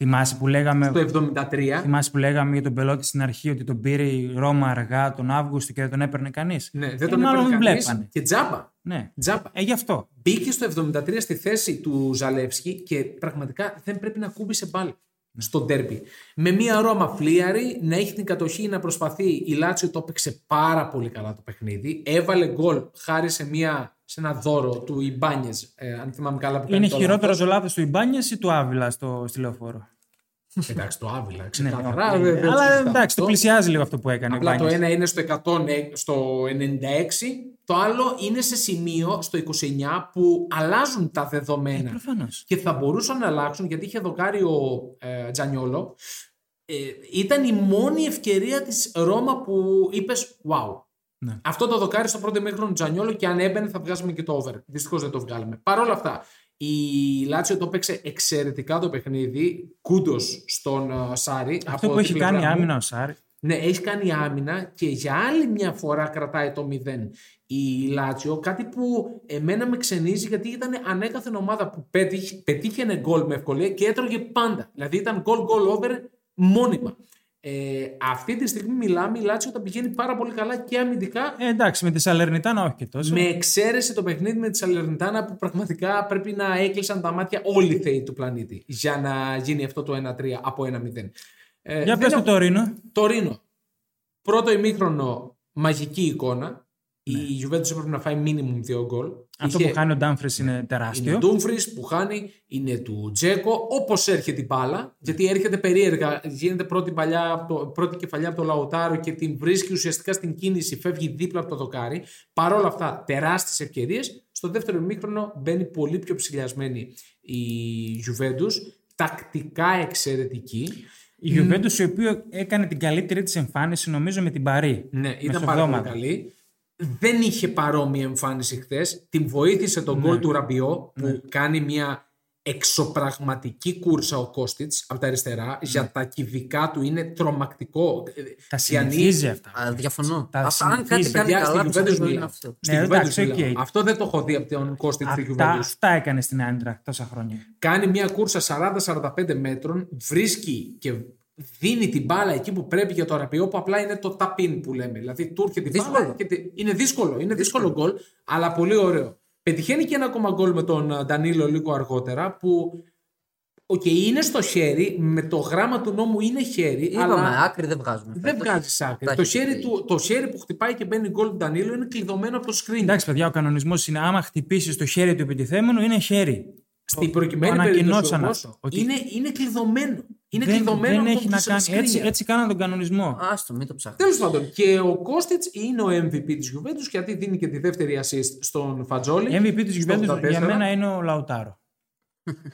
A: Θυμάσαι που, λέγαμε,
B: το 73.
A: θυμάσαι που λέγαμε για τον Μπελότη στην αρχή ότι τον πήρε η Ρώμα αργά τον Αύγουστο και δεν τον έπαιρνε κανείς.
B: Ναι, δεν τον
A: μάλλον
B: έπαιρνε
A: δεν
B: κανείς.
A: βλέπανε.
B: Και τζάμπα.
A: Ναι.
B: Τζάμπα.
A: Ε, γι' αυτό.
B: Μπήκε στο 73 στη θέση του Ζαλεύσκη και πραγματικά δεν πρέπει να κούμπησε πάλι
A: Ναι.
B: στο ντέρμπι. Με μια Ρώμα φλίαρη να έχει την κατοχή να προσπαθεί. Η Λάτσιο το έπαιξε πάρα πολύ καλά το παιχνίδι. Έβαλε γκολ χάρη σε, μια, σε ένα δώρο του Ιμπάνιες, ε, αν θυμάμαι καλά που κάνει
A: Είναι
B: το
A: χειρότερος
B: λάθος.
A: το λάθος του Ιμπάνια ή του Άβυλας στο στη λεωφόρο.
B: Εντάξει, το Άβυλα,
A: Ναι,
B: ξεκάθαρα.
A: όχι.
B: δεν- δεν
A: Αλλά
B: συζητάμε
A: εντάξει, το
B: αυτό.
A: πλησιάζει λίγο αυτό που έκανε. ο
B: Απλά το
A: Ιμπάνιας.
B: ένα είναι στο, 100, στο 96, το άλλο είναι σε σημείο στο 29 που αλλάζουν τα
A: Ε,
B: δεδομένα.
A: προφανώς.
B: και θα μπορούσαν να αλλάξουν γιατί είχε δοκάρει ο ε, Τζανιόλο. Ε, ήταν η μόνη ευκαιρία της Ρώμα που είπες wow.
A: Ναι.
B: Αυτό το δοκάρι στο πρώτο ημίχρονο του Τζανιόλο και αν έμπαινε θα βγάζουμε και το over. Δυστυχώς δεν το βγάλαμε. Παρ' όλα αυτά, Η Λάτσιο το έπαιξε εξαιρετικά το παιχνίδι. Κούντος στον ε, Σάρι.
A: Αυτό
B: από
A: που
B: την
A: έχει
B: πλευρά
A: κάνει
B: μου.
A: άμυνα ο Σάρ.
B: Ναι, έχει κάνει άμυνα και για άλλη μια φορά κρατάει το 0 η Λάτσιο. Κάτι που εμένα με ξενίζει γιατί ήταν ανέκαθεν ομάδα που πέτυχε, πετύχαινε γκολ με ευκολία και έτρωγε πάντα. Δηλαδή ήταν goal goal over μόνιμα. Ε, αυτή τη στιγμή μιλάμε, η Λάτσιο τα πηγαίνει πάρα πολύ καλά και αμυντικά.
A: Ε, εντάξει, με τη Σαλερνιτάνα όχι και τόσο.
B: Με εξαίρεση το παιχνίδι με τη Σαλερνιτάνα που πραγματικά πρέπει να έκλεισαν τα μάτια όλοι οι θεοί του πλανήτη για να γίνει αυτό το 1-3 από 1-0. Ε,
A: Για
B: δεν
A: πες
B: έχω-
A: το Τωρίνο.
B: Τωρίνο. Πρώτο ημίχρονο, μαγική εικόνα. Η Juventus έπρεπε να φάει minimum δύο γκολ.
A: Ναι. Αυτό
B: Είχε-
A: που κάνει ο Ντάμφρις είναι
B: Είναι
A: τεράστιο.
B: του Ντούμφρις που χάνει, είναι του Τζέκο, όπως έρχεται η
A: Ναι.
B: μπάλα. Γιατί έρχεται περίεργα, γίνεται πρώτη, παλιά, από το- πρώτη κεφαλιά από το Λαουτάρο και την βρίσκει ουσιαστικά στην κίνηση, φεύγει δίπλα από το δοκάρι. Παρ' όλα αυτά, τεράστιες ευκαιρίες. Στο δεύτερο ημίχρονο μπαίνει πολύ πιο ψηλιασμένη η Juventus. Τακτικά εξαιρετική.
A: Η Juventus η οποία έκανε την καλύτερη της εμφάνιση νομίζω με την Παρή.
B: Ναι, ήταν πάρα πολύ καλή. Δεν είχε παρόμοια εμφάνιση χθες. Την βοήθησε τον
A: Ναι.
B: γκολ του Ραμπιό που κάνει μια εξωπραγματική κούρσα ο Κώστιτς από τα αριστερά. Για τα κυβικά του είναι τρομακτικό.
A: Τα
B: Διανύει-
A: συνηθίζει αυτά.
C: Α, διαφωνώ.
A: Τα
C: Αυτά, αν
A: συνηθίζει,
C: κάτι κάνει
B: παιδιά,
C: καλά,
B: στην
C: πιστεύω
B: Juventus
C: είναι
B: μιλάω.
C: αυτό.
B: Στην
A: Ναι,
B: Juventus
A: εντάξει,
B: μιλάω.
A: οκ.
B: Αυτό δεν το έχω δει από τον Κώστιτς του
A: Αυτά,
B: Juventus.
A: αυτά έκανε στην Άντρα τόσα χρόνια.
B: Κάνει μια κούρσα 40-45 μέτρων, βρίσκει και δίνει την μπάλα εκεί που πρέπει για το αραπιό που απλά είναι το ταπίν που λέμε. Δηλαδή του έρχεται η μπάλα
C: Δύσκολο.
B: και τη- είναι δύσκολο, είναι δύσκολο γκολ, αλλά πολύ ωραίο. Πετυχαίνει και ένα ακόμα γκολ με τον ε, Ντανίλο λίγο αργότερα που οκ, είναι στο χέρι, με το γράμμα του νόμου είναι χέρι,
C: Είπαμε,
B: αλλά
C: άκρη δεν βγάζουμε.
B: δεν
C: φέτος.
B: βγάζει άκρη.
C: Τα
B: Το
C: έχει
B: χέρι,
C: πει.
B: του, το χέρι που χτυπάει και μπαίνει γκολ του Ντανίλο είναι κλειδωμένο από το screen.
A: Εντάξει, παιδιά, ο κανονισμός είναι άμα χτυπήσεις το χέρι του επιτιθέμενου, είναι χέρι.
B: Στην
A: το
B: προκειμένη περίπτωση
A: ανακοινώσαν
B: όμως,
A: αυτό, ότι-
B: είναι, είναι κλειδωμένο. Είναι
A: δεν
B: κλειδωμένο
A: δεν
B: από
A: έχει να
B: τις
A: κάνει. Έτσι,
B: screen.
A: έτσι κάναν τον κανονισμό.
C: Άστο, μην το ψάχνει.
B: Τέλος πάντων, και ο Κώστιτ είναι ο MVP τη Juventus γιατί δίνει και τη δεύτερη assist στον Φατζόλη.
A: MVP της
B: Στο
A: Juventus
B: 84.
A: για μένα είναι ο Λαουτάρο.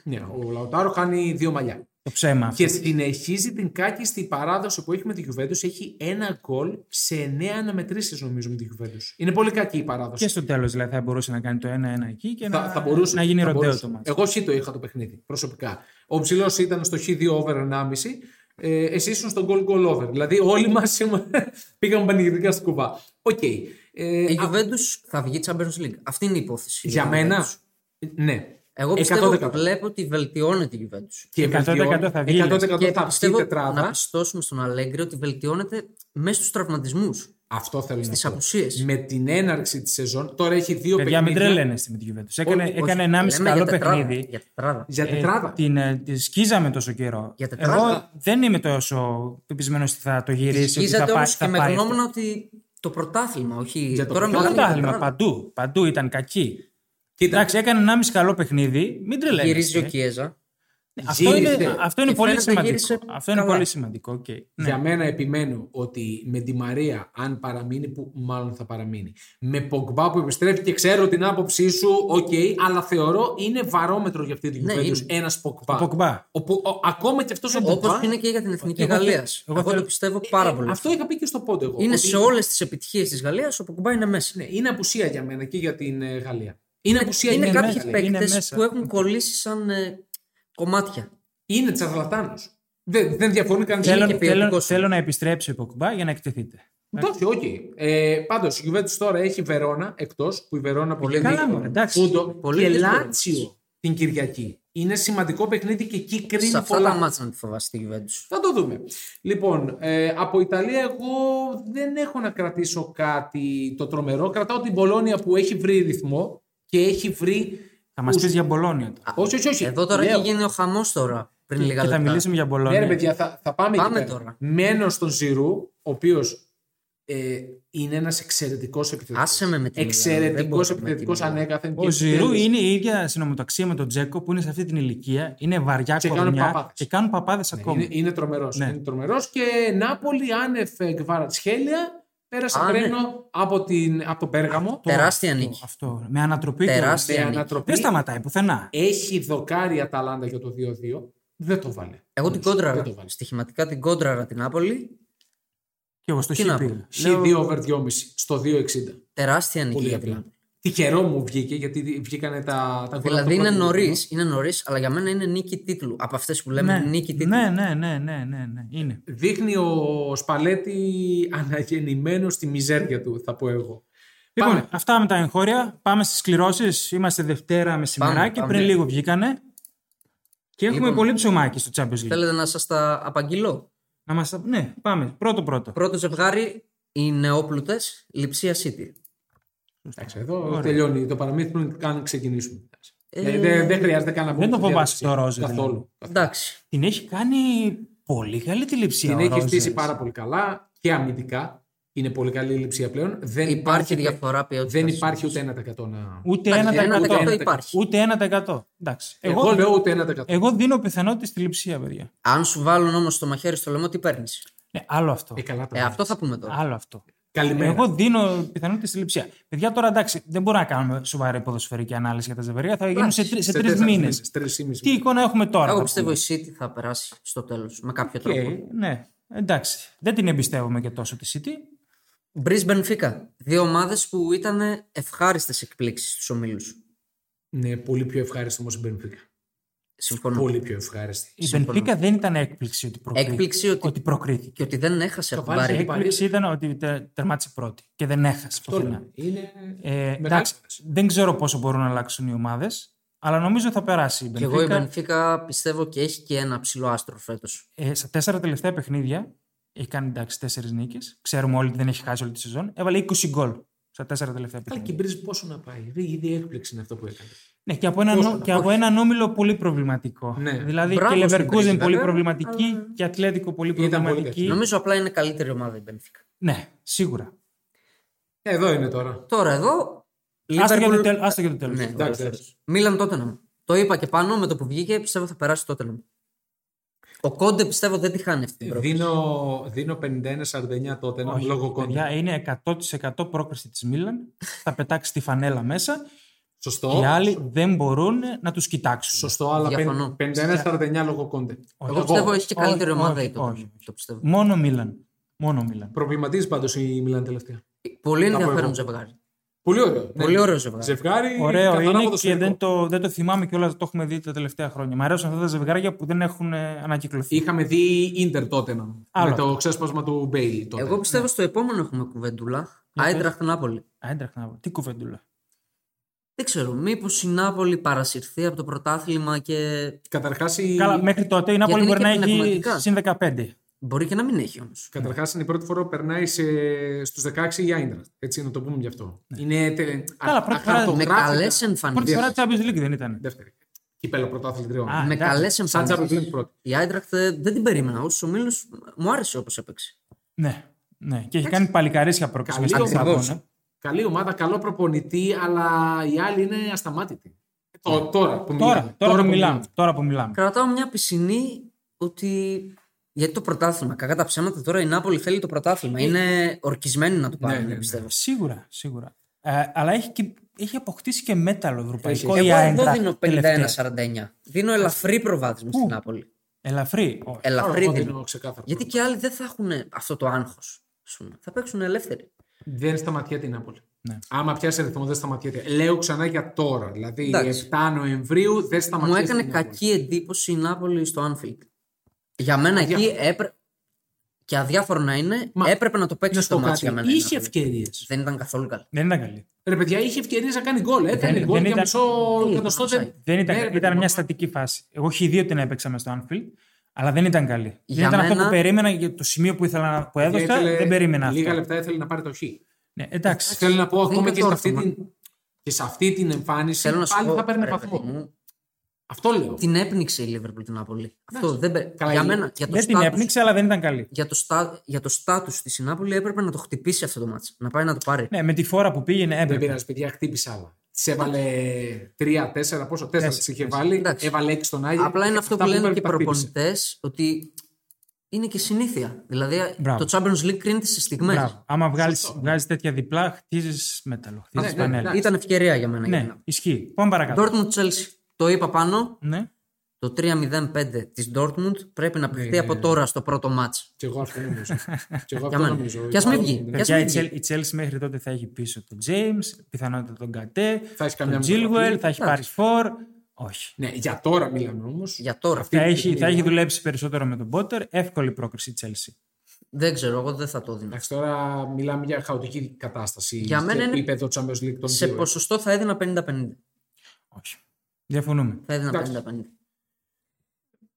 B: Ναι, ο Λαουτάρο κάνει δύο μαλλιά.
A: Το ψέμα. αυτό.
B: Και συνεχίζει την κάκιστη παράδοση που έχει με τη Juventus. Έχει ένα γκολ σε εννέα αναμετρήσεις, νομίζω, με τη Juventus. Είναι πολύ κακή η παράδοση.
A: Και στο τέλος δηλαδή, θα μπορούσε να κάνει το 1-1 εκεί και
B: θα,
A: να,
B: θα μπορούσε,
A: να γίνει
B: θα
A: ροντέο
B: μπορούσε.
A: το μάτι.
B: Εγώ χ το είχα το παιχνίδι προσωπικά. Ο ψηλός ήταν στο χ 2 over 1,5. Ε, εσύ ήσουν στο goal goal over. Δηλαδή όλοι μας πήγαμε πανηγυρικά στην κουβά. Οκ. Ε,
C: Η
B: α-
C: Juventus θα βγει Champions League. Αυτή είναι η υπόθεση.
B: για
C: Η
B: μένα,
C: Juventus.
B: ναι.
C: Εγώ πιστεύω,
B: 100%.
C: βλέπω ότι βελτιώνεται η Juventus.
B: Και
A: 100%
B: βελτιώνει.
A: θα βγει.
B: 100%
C: Και
B: θα βγει
C: πιστεύω να
B: τετράδα.
C: πιστώσουμε στον Αλέγκρι ότι βελτιώνεται μέσα στους τραυματισμούς,
B: Αυτό θέλω να
C: στις
B: πω.
C: απουσίες.
B: Με την έναρξη της σεζόν, τώρα έχει δύο
A: Παιδιά, μην
B: παιχνίδια.
A: τρελαίνεστε με τη Juventus. Έκανε, έκανε 1,5 καλό παιχνίδι.
C: Για τετράδα.
B: Για
A: Ε,
B: τετράδα.
A: την, ε, τη σκίζαμε τόσο καιρό.
C: Για τετράδα.
A: Εγώ δεν είμαι τόσο πεπισμένος ότι θα το γυρίσει. ότι θα
C: Σκίζατε
A: πάει-
C: όμω
A: θα
C: και με
A: πάρει
C: γνώμονα ότι το πρωτάθλημα, όχι.
B: Για το
A: Το
C: μιλάμε για
A: πρωτάθλημα
C: τετράδα.
A: παντού. Παντού ήταν κακή.
B: Κοίτα,
A: Εντάξει, έκανε 1,5 καλό παιχνίδι. Μην τρελαίνεστε.
C: Γυρίζει ο Κιέζα.
A: Αυτό είναι,
B: Γύρισε.
A: αυτό είναι
C: Και
A: πολύ
C: φαίνεται
A: σημαντικό.
C: γύρισε
A: Αυτό είναι
C: καλά.
A: πολύ σημαντικό. οκ. Ναι.
B: Για μένα επιμένω ότι με τη Μαρία, αν παραμείνει, που μάλλον θα παραμείνει. Με Πογκμπά που επιστρέφει και ξέρω την άποψή σου, οκ, αλλά θεωρώ είναι βαρόμετρο για αυτή τη
C: Ναι,
B: Juventus
C: είναι.
B: ένα Πογκμπά.
A: Ο Pogba.
B: Ο Πο- ο- ακόμα και αυτός ο
C: Όπω
B: Πογκμπά.
C: είναι και για την εθνική
A: Εγώ-
C: Γαλλίας.
A: εγώ
C: Εγώ,
A: θέλω-
C: το πιστεύω πάρα πολύ.
B: ε, Αυτό είχα πει και στο πόντο εγώ.
C: είναι
B: ότι
C: σε όλες τις επιτυχίες της Γαλλίας ο Ποκουμπά είναι μέσα.
B: Ναι, είναι απουσία για μένα και για την ε, Γαλλία. Είναι απουσία
C: είναι
B: για μένα.
C: κάποιοι
B: λέει.
A: παίκτες. Είναι
C: παίκτες
A: μέσα.
C: που έχουν κολλήσει σαν ε, κομμάτια.
B: Είναι τσαρλατάνο. Δεν, δεν διαφωνεί κανείς.
A: Θέλω,
C: ποιοτικός
A: θέλω,
C: είναι.
A: θέλω να επιστρέψει ο Ποκμπά για να εκτεθείτε.
B: Εντάξει, οκ. Ε, Πάντως, η Γιουβέντου τώρα έχει Βερόνα εκτός που η Βερόνα πολύ
A: καλά, μωρέ, εντάξει.
C: Πολύ
B: και
C: δύσκολο.
B: Λάτσιο την Κυριακή. Είναι σημαντικό παιχνίδι και εκεί κρίνει
C: Σε αυτά
B: πολλά.
C: τα μάτια να τη φοβάσει τη Juventus.
B: Θα το δούμε. Λοιπόν, ε, από Ιταλία εγώ δεν έχω να κρατήσω κάτι το τρομερό. Κρατάω την Πολώνια που έχει βρει ρυθμό και έχει βρει.
A: Θα μας πεις για Μπολόνια τώρα.
B: Όχι, όχι, όχι.
C: Εδώ τώρα
B: Λέω.
C: έχει γίνει ο χαμός τώρα πριν λίγα
A: Και θα
C: λεπτά.
A: μιλήσουμε για
B: Ναι, ρε
A: Μπολόνια.
B: παιδιά, θα, θα πάμε,
C: Πάμε
B: εκεί πέρα.
C: τώρα.
B: Μένω στον Ζηρού, ο οποίος ε, είναι ένας εξαιρετικός επιθετικός.
C: Άσε με με τη Μιλάνο, δεν
B: Εξαιρετικός
C: μπορώ με τη
B: επιθετικό
C: Μιλάνο.
B: ανέκαθεν.
A: Ο
B: και
A: Ζηρού
B: επιτέλους.
A: είναι η ίδια συνομοταξία με τον Τζέκο που είναι σε αυτή την ηλικία. Είναι βαριά
B: Και κάνουν
A: κορμιά
B: παπάδες.
A: και κάνουν παπάδες ακόμα.
B: Είναι, είναι τρομερός.
A: Ναι.
B: Είναι τρομερός. Και Νάπολη, άνευ Γκβαρατσχέλια, πέρασε
C: Α, ναι.
B: τρένο από, την, από τον Πέργαμο.
A: Αυτό,
C: Τεράστια
A: αυτό,
C: νίκη.
A: Αυτό. Με ανατροπή. και όλα.
C: Τεράστια.
B: Με
C: νίκη.
B: ανατροπή.
A: Δεν σταματάει πουθενά.
B: Έχει δοκάρει η Αταλάντα για το 2-2. Δεν το βάλε.
C: Εγώ την
B: Δεν
C: κόντραρα.
B: το βάλεις.
C: Στοιχηματικά την κόντραρα την Άπολη.
A: Και εγώ στο
C: Τι
A: χ
C: να
A: πήγα.
C: πω.
B: Χ2 over 2,5 στο 2,60.
C: Τεράστια νίκη
B: Πολύ
C: για την
B: απλά.
C: Άπολη.
B: Τι τυχερό μου βγήκε γιατί βγήκαν τα, τα γκολ.
C: Δηλαδή είναι νωρί, είναι νωρίς, αλλά για μένα είναι νίκη τίτλου. Από αυτές που λέμε
A: ναι,
C: νίκη τίτλου.
A: ναι, ναι, ναι, ναι, ναι, ναι. Είναι.
B: Δείχνει ο Σπαλέτη αναγεννημένο στη μιζέρια του, θα πω εγώ.
A: Λοιπόν,
B: Πάμε.
A: αυτά με τα εγχώρια. Πάμε στις κληρώσεις. Είμαστε Δευτέρα μεσημεράκι.
C: πάμε.
A: Πριν λίγο βγήκανε. Και έχουμε
C: Λοιπόν.
A: πολύ ψωμάκι στο Champions League.
C: Θέλετε να σας τα απαγγείλω.
A: Να μας... τα- Ναι, πάμε. Πρώτο πρώτο.
C: Πρώτο ζευγάρι, οι νεόπλουτε, Λιψία City.
B: Εντάξει, εδώ
A: Ωραία.
B: τελειώνει το παραμύθι πριν καν ξεκινήσουμε.
C: Ε,
B: Δηλαδή, δεν, δεν χρειάζεται καν να πούμε
A: το
B: τη
A: φοβάσαι
B: διάθεση.
A: το Ρόζε, δηλαδή.
B: Καθόλου.
C: Εντάξει.
A: Την έχει κάνει πολύ καλή τη λειψία.
B: Την
A: ο
B: έχει
A: Ρόζες.
B: στήσει πάρα πολύ καλά και αμυντικά. Είναι πολύ καλή η λειψία πλέον. Δεν
C: Υπάρχει
B: ούτε-
C: διαφορά ποιότητας.
B: Δεν υπάρχει ούτε 1% να.
A: Ούτε
C: Υπάρχει, ένα
A: 1%.
C: δεκατό
B: Ούτε
C: υπάρχει.
A: Ούτε 1%. Εντάξει.
B: Εγώ,
A: Εγώ,
B: λέω ούτε 1%.
A: εγώ δίνω πιθανότητε στη λειψία, παιδιά.
C: Αν σου βάλουν όμως το μαχαίρι στο λαιμό, τι παίρνεις.
A: Ναι, άλλο αυτό. Ε,
B: Ε, καλά,
C: Ε,
B: τώρα.
C: αυτό θα πούμε τώρα.
A: Άλλο αυτό.
B: Καλημέρα.
A: Εγώ δίνω πιθανότητε στη λειψία. Παιδιά, τώρα εντάξει, δεν μπορούμε να κάνουμε σοβαρή ποδοσφαιρική ανάλυση για τα ζευγαρία. Θα γίνουν σε, τρι- σε
B: Σε
A: τρεις
B: τέσσερις
A: μήνες.
B: μήνες, τρεις ή μισή
A: Τι εικόνα έχουμε τώρα.
C: Εγώ
A: θα
C: πιστεύω
A: πούμε.
C: η City θα περάσει στο τέλος με κάποιο
B: μήνες. Ε,
C: τρόπο.
B: Οκ.
A: Ναι, εντάξει. Δεν την εμπιστεύομαι και τόσο τη City.
C: Brisbane Benfica. Δύο ομάδες που ήταν ευχάριστες εκπλήξεις στους ομίλους.
B: Ναι, πολύ πιο ευχάριστη όμως η Μπενφίκα.
C: Συμφωνώ.
B: Πολύ πιο ευχάριστη.
A: Η
C: Συμφωνώ.
A: Μπενφίκα δεν ήταν έκπληξη ότι προκρίθηκε.
C: Έκπληξη ότι,
A: Ότι προκρίθηκε.
C: και ότι δεν έχασε από την
B: βάλεις
A: Η
C: Μπάρι.
B: εκεί.
A: έκπληξη ήταν ότι τε- τερμάτισε πρώτη και δεν έχασε
B: Αυτό
A: πουθενά.
B: λέμε. Είναι.
A: Ε,
B: μεγάλη
A: εντάξει,
B: φάση.
A: δεν ξέρω πόσο μπορούν να αλλάξουν οι ομάδες, αλλά νομίζω θα περάσει η
C: Και εγώ η
A: Μπενφίκα.
C: Benfica πιστεύω και έχει και ένα ψηλό άστρο φέτος.
A: Ε, στα τέσσερα τελευταία παιχνίδια έχει κάνει εντάξει τέσσερις νίκες. Ξέρουμε όλοι ότι δεν έχει χάσει όλη τη σεζόν. Έβαλε 20 γκολ στα τέσσερα τελευταία
B: Αλλά και
A: παιχνίδια.
B: η Μπρίζ πόσο να πάει. Ρε, Ήδη έκπληξη είναι αυτό που έκανε.
A: Ναι, και από, ένα,
B: Πόσο
A: νο-
B: να
A: και από
C: όχι.
A: έναν όμιλο πολύ προβληματικό.
B: Ναι.
A: Δηλαδή
C: Μπράβο
A: και η
C: στην Πρίζα,
A: Leverkusen πολύ
C: βέβαια,
A: προβληματική
C: αλλά-
A: και η Ατλέτικο πολύ
B: πολύ
A: προβληματική.
B: κακή.
C: Νομίζω απλά είναι καλύτερη ομάδα η Benfica.
A: Ναι, σίγουρα.
B: Ε, Εδώ είναι τώρα.
C: Τώρα εδώ.
A: Άστο για το
C: Liverpool-
A: τέλο. Άστο για το τέλος.
C: Ναι,
B: Εντάξει, εντάξει.
C: Μίλαν Τότεναμ. Το είπα και πάνω με το που βγήκε, πιστεύω θα περάσει Τότεναμ. Ο Κόντε πιστεύω δεν τη χάνει αυτή την
B: Ε,
C: πρόκληση.
B: Δίνω, δίνω 51-49 τότε
A: Όχι,
B: λόγω
A: παιδιά,
B: κόντα.
A: είναι 100% πρόκριση της Μίλαν. Θα πετάξει τη φανέλα μέσα.
B: Σωστό.
A: Οι άλλοι δεν μπορούν να τους κοιτάξουν.
B: Σωστό, αλλά
C: Διαφωνώ.
B: 51-49 λόγω κόντε.
C: Εγώ πιστεύω έχει και
A: όχι,
C: καλύτερη ομάδα
A: όχι,
C: η Tottenham.
A: όχι.
C: Το πιστεύω.
A: Μόνο Μίλαν. Μόνο
B: Ε,
A: Μίλαν.
B: Προβληματίζει πάντως η Μιλάν τελευταία.
C: Πολύ
B: πω
C: ενδιαφέρον
B: εγώ.
C: ζευγάρι.
B: Πολύ ωραίο. Ναι.
C: Πολύ ωραίο ζευγάρι.
B: Ζευγάρι.
A: Ωραίο
B: καθαρά
A: είναι και
B: ποδοσφαιρικό.
A: δεν το, δεν το θυμάμαι και όλα το έχουμε δει τα τελευταία χρόνια. Μ' αρέσουν αυτά τα ζευγάρια που δεν έχουν ε, ανακυκλωθεί.
B: Είχαμε δει Ίντερ τότε να-
A: Άλλο.
B: με το ξέσπασμα του Μπέιλ. Τότε.
C: Εγώ πιστεύω στο επόμενο έχουμε κουβεντούλα. Άιντραχτ Νάπολη.
A: Άιντραχτ να Τι κουβεντούλα.
C: Δεν ξέρω, μήπως η Νάπολη παρασυρθεί από το πρωτάθλημα και
B: Καταρχάς η...
A: Καλά, μέχρι τότε η Νάπολη
C: είναι
A: μπορεί να
C: και
A: έχει
C: πνευματικά.
A: συν 15.
C: μπορεί και να μην έχει όμως.
B: καταρχάς είναι η πρώτη φορά που περνάει σε... στους 16 η Άιντρας. Έτσι να το πούμε γι' αυτό. Είναι. Τε...
A: Ναι. Καλά,
B: α-
A: πρώτη φορά-
C: Με
B: αχαρτογράφητα.
C: καλέ
A: Πρώτη
C: εμφανίσει.
A: φορά Champions League δεν ήταν.
B: Δεύτερη. Κυπέλο πρωτάθλητριών.
A: Α,
C: Με
A: εντάξει.
C: καλές
B: Σαν Champions League
C: εμφανίσεις.
B: πρώτη.
C: Η Άιντραχτ ε, δεν την περίμενα. Ω ομίλους μου άρεσε όπως έπαιξε.
A: Ναι, ναι. Και έχει κάνει παλικαρίσια πρόκληση
B: Καλή
A: μέσα στην
B: ομάδα.
A: Παπαδόνα.
B: Καλή ομάδα, καλό προπονητή, αλλά οι άλλοι είναι ασταμάτητοι. Τω- Ε, τώρα που μιλάμε.
A: Τώρα, τώρα, που μιλάμε. Τώρα που μιλάμε.
C: Κρατάω μια πισινή ότι. Γιατί το πρωτάθλημα, κακά τα ψέματα τώρα η Νάπολη θέλει το πρωτάθλημα. Είναι ορκισμένη να το πάρει,
B: Ναι, ναι, ναι.
C: πιστεύω.
A: Σίγουρα, σίγουρα. Ε, αλλά έχει, και, έχει αποκτήσει και μέταλλο ευρωπαϊκό
B: Έχει.
A: η
C: Εγώ εδώ
A: Άιντραχτ
C: δίνω
A: τελευταία.
C: 51-49. Δίνω ελαφρύ προβάδισμα στην
A: Πού?
C: Νάπολη.
A: Ελαφρύ. όχι.
B: Τώρα,
C: Ελαφρύ
B: εγώ
C: δίνω.
B: δίνω ξεκάθαρο.
C: Γιατί και άλλοι δεν θα έχουν αυτό το άγχος. Θα παίξουν ελεύθεροι.
B: Δεν σταματιέται η Νάπολη.
A: Ναι.
B: Άμα πιάσει ρυθμό, δεν σταματιέται. Λέω ξανά για τώρα. Δηλαδή,
C: Εντάξει.
B: 7 Νοεμβρίου δεν
C: Μου
B: σταματιέται.
C: έκανε
B: η Νάπολη.
C: κακή εντύπωση η Νάπολη στο Anfield. Για μένα εκεί έπρεπε. Και αδιάφορο να είναι,
B: Μα,
C: έπρεπε να το παίξει
B: Να σου
C: στο
B: πω
C: μάτι για
B: κάτι.
C: μένα. η
B: Είχε
C: Νάπολη.
B: ευκαιρίες.
C: Δεν ήταν καθόλου καλή.
A: Δεν ήταν καλή.
B: Ρε παιδιά, είχε ευκαιρίες να κάνει γκολ. Έκανε
A: Δεν-
B: γκολ
A: δεν
B: για
A: ήταν-
B: μισό
C: ήταν
B: εκατοστό.
C: offside.
A: Δεν ήταν,
B: Ναι, ρε
A: ήταν
B: παιδί μου,
A: μια
B: μα-
A: στατική φάση. Εγώ χι δύο την έπαιξα μες στο Anfield, αλλά δεν ήταν καλή.
C: Για
A: δεν ήταν αυτό που
C: μένα-
A: περίμενα για το σημείο που ήθελα να που έδωσα. δεν περίμενα
B: Λίγα
A: αυτό.
B: λεπτά ήθελε να πάρει το χ.
A: Ναι, εντάξει.
B: Θέλω να πω
C: Δεν
B: ακόμα
C: είναι
B: και σε,
C: το
B: αυτή
C: όρθωμα.
B: την... και σε αυτή την εμφάνιση
C: Θέλω να σου
B: πάλι
C: πω,
B: θα παίρνει
C: ρε
B: βαθμό.
C: παιδί μου,
B: Αυτό λέω.
C: Την έπνιξε η Λίβερπουλ την Νάπολη. Αυτό
B: Εντάξει.
C: δεν πε-
B: Καλά,
C: για
B: η-
C: μένα, για το
A: Δεν την
C: status-
A: έπνιξε, αλλά δεν ήταν καλή.
C: Για το, στα, για το στάτους της η Νάπολη έπρεπε να το χτυπήσει αυτό το μάτς. Να πάει να το πάρει.
A: Ναι, με τη φόρα που πήγαινε
B: Δεν
A: έπρεπε.
B: πειράζει, παιδιά, χτύπησε άλλα. Τη έβαλε τρία, τέσσερα, πόσο, τέσσερα
A: Τέσσερα,
B: τη είχε βάλει.
C: Εντάξει.
B: Έβαλε έξι στον Άγιο. Ε,
C: Απλά είναι αυτό
B: Αυτά
C: που λένε και οι
B: τα χτύπησε.
C: προπονητές ότι είναι και συνήθεια. Δηλαδή
A: Μπράβο.
C: το Champions League κρίνεται σε
B: Ναι,
C: στιγμές.
A: Μπράβο. Άμα βγάλεις, βγάζεις τέτοια διπλά, χτίζεις μέταλλο. Χτίζεις
B: Ναι, ναι,
A: πανέλα.
C: Ήταν ευκαιρία για μένα.
A: Ναι, ισχύει. Πάμε παρακάτω.
C: Dortmund Chelsea. Το είπα πάνω.
A: Ναι.
C: Το 3-0-5 της Dortmund πρέπει να παιχτεί
B: Ναι.
C: από τώρα στο πρώτο μάτς.
B: Κι εγώ αυτό νομίζω. Κι εγώ
C: Για
B: αυτό
C: μένα.
B: νομίζω.
C: Κι ας μην βγει.
B: Ναι.
C: Κι ας
A: Παιδιά,
C: μην
A: η
C: βγει.
A: Chel- η Chelsea μέχρι τότε θα έχει πίσω τον James, πιθανότητα τον Κατέ,
B: Θα έχει καμιά
A: τον
B: μεταγραφή.
A: Τζίλγουελ, θα έχει πάρει
C: Εντάξει.
A: φορ. Όχι.
B: Ναι, για τώρα μιλάμε όμως.
C: Για τώρα.
B: Ναι.
A: Θα έχει, θα έχει δουλέψει περισσότερο με τον Πότερ. Εύκολη πρόκριση η Chelsea.
C: Δεν ξέρω, εγώ δεν θα το δίνω.
B: Εντάξει, τώρα μιλάμε για χαοτική κατάσταση.
C: Για μένα είναι-
B: επίπεδο Champions League των
C: Σε
B: δύο.
C: ποσοστό θα έδινα 50-50.
A: Όχι. Διαφωνούμε.
C: Θα έδινα
B: Εντάξει.
C: 50-50.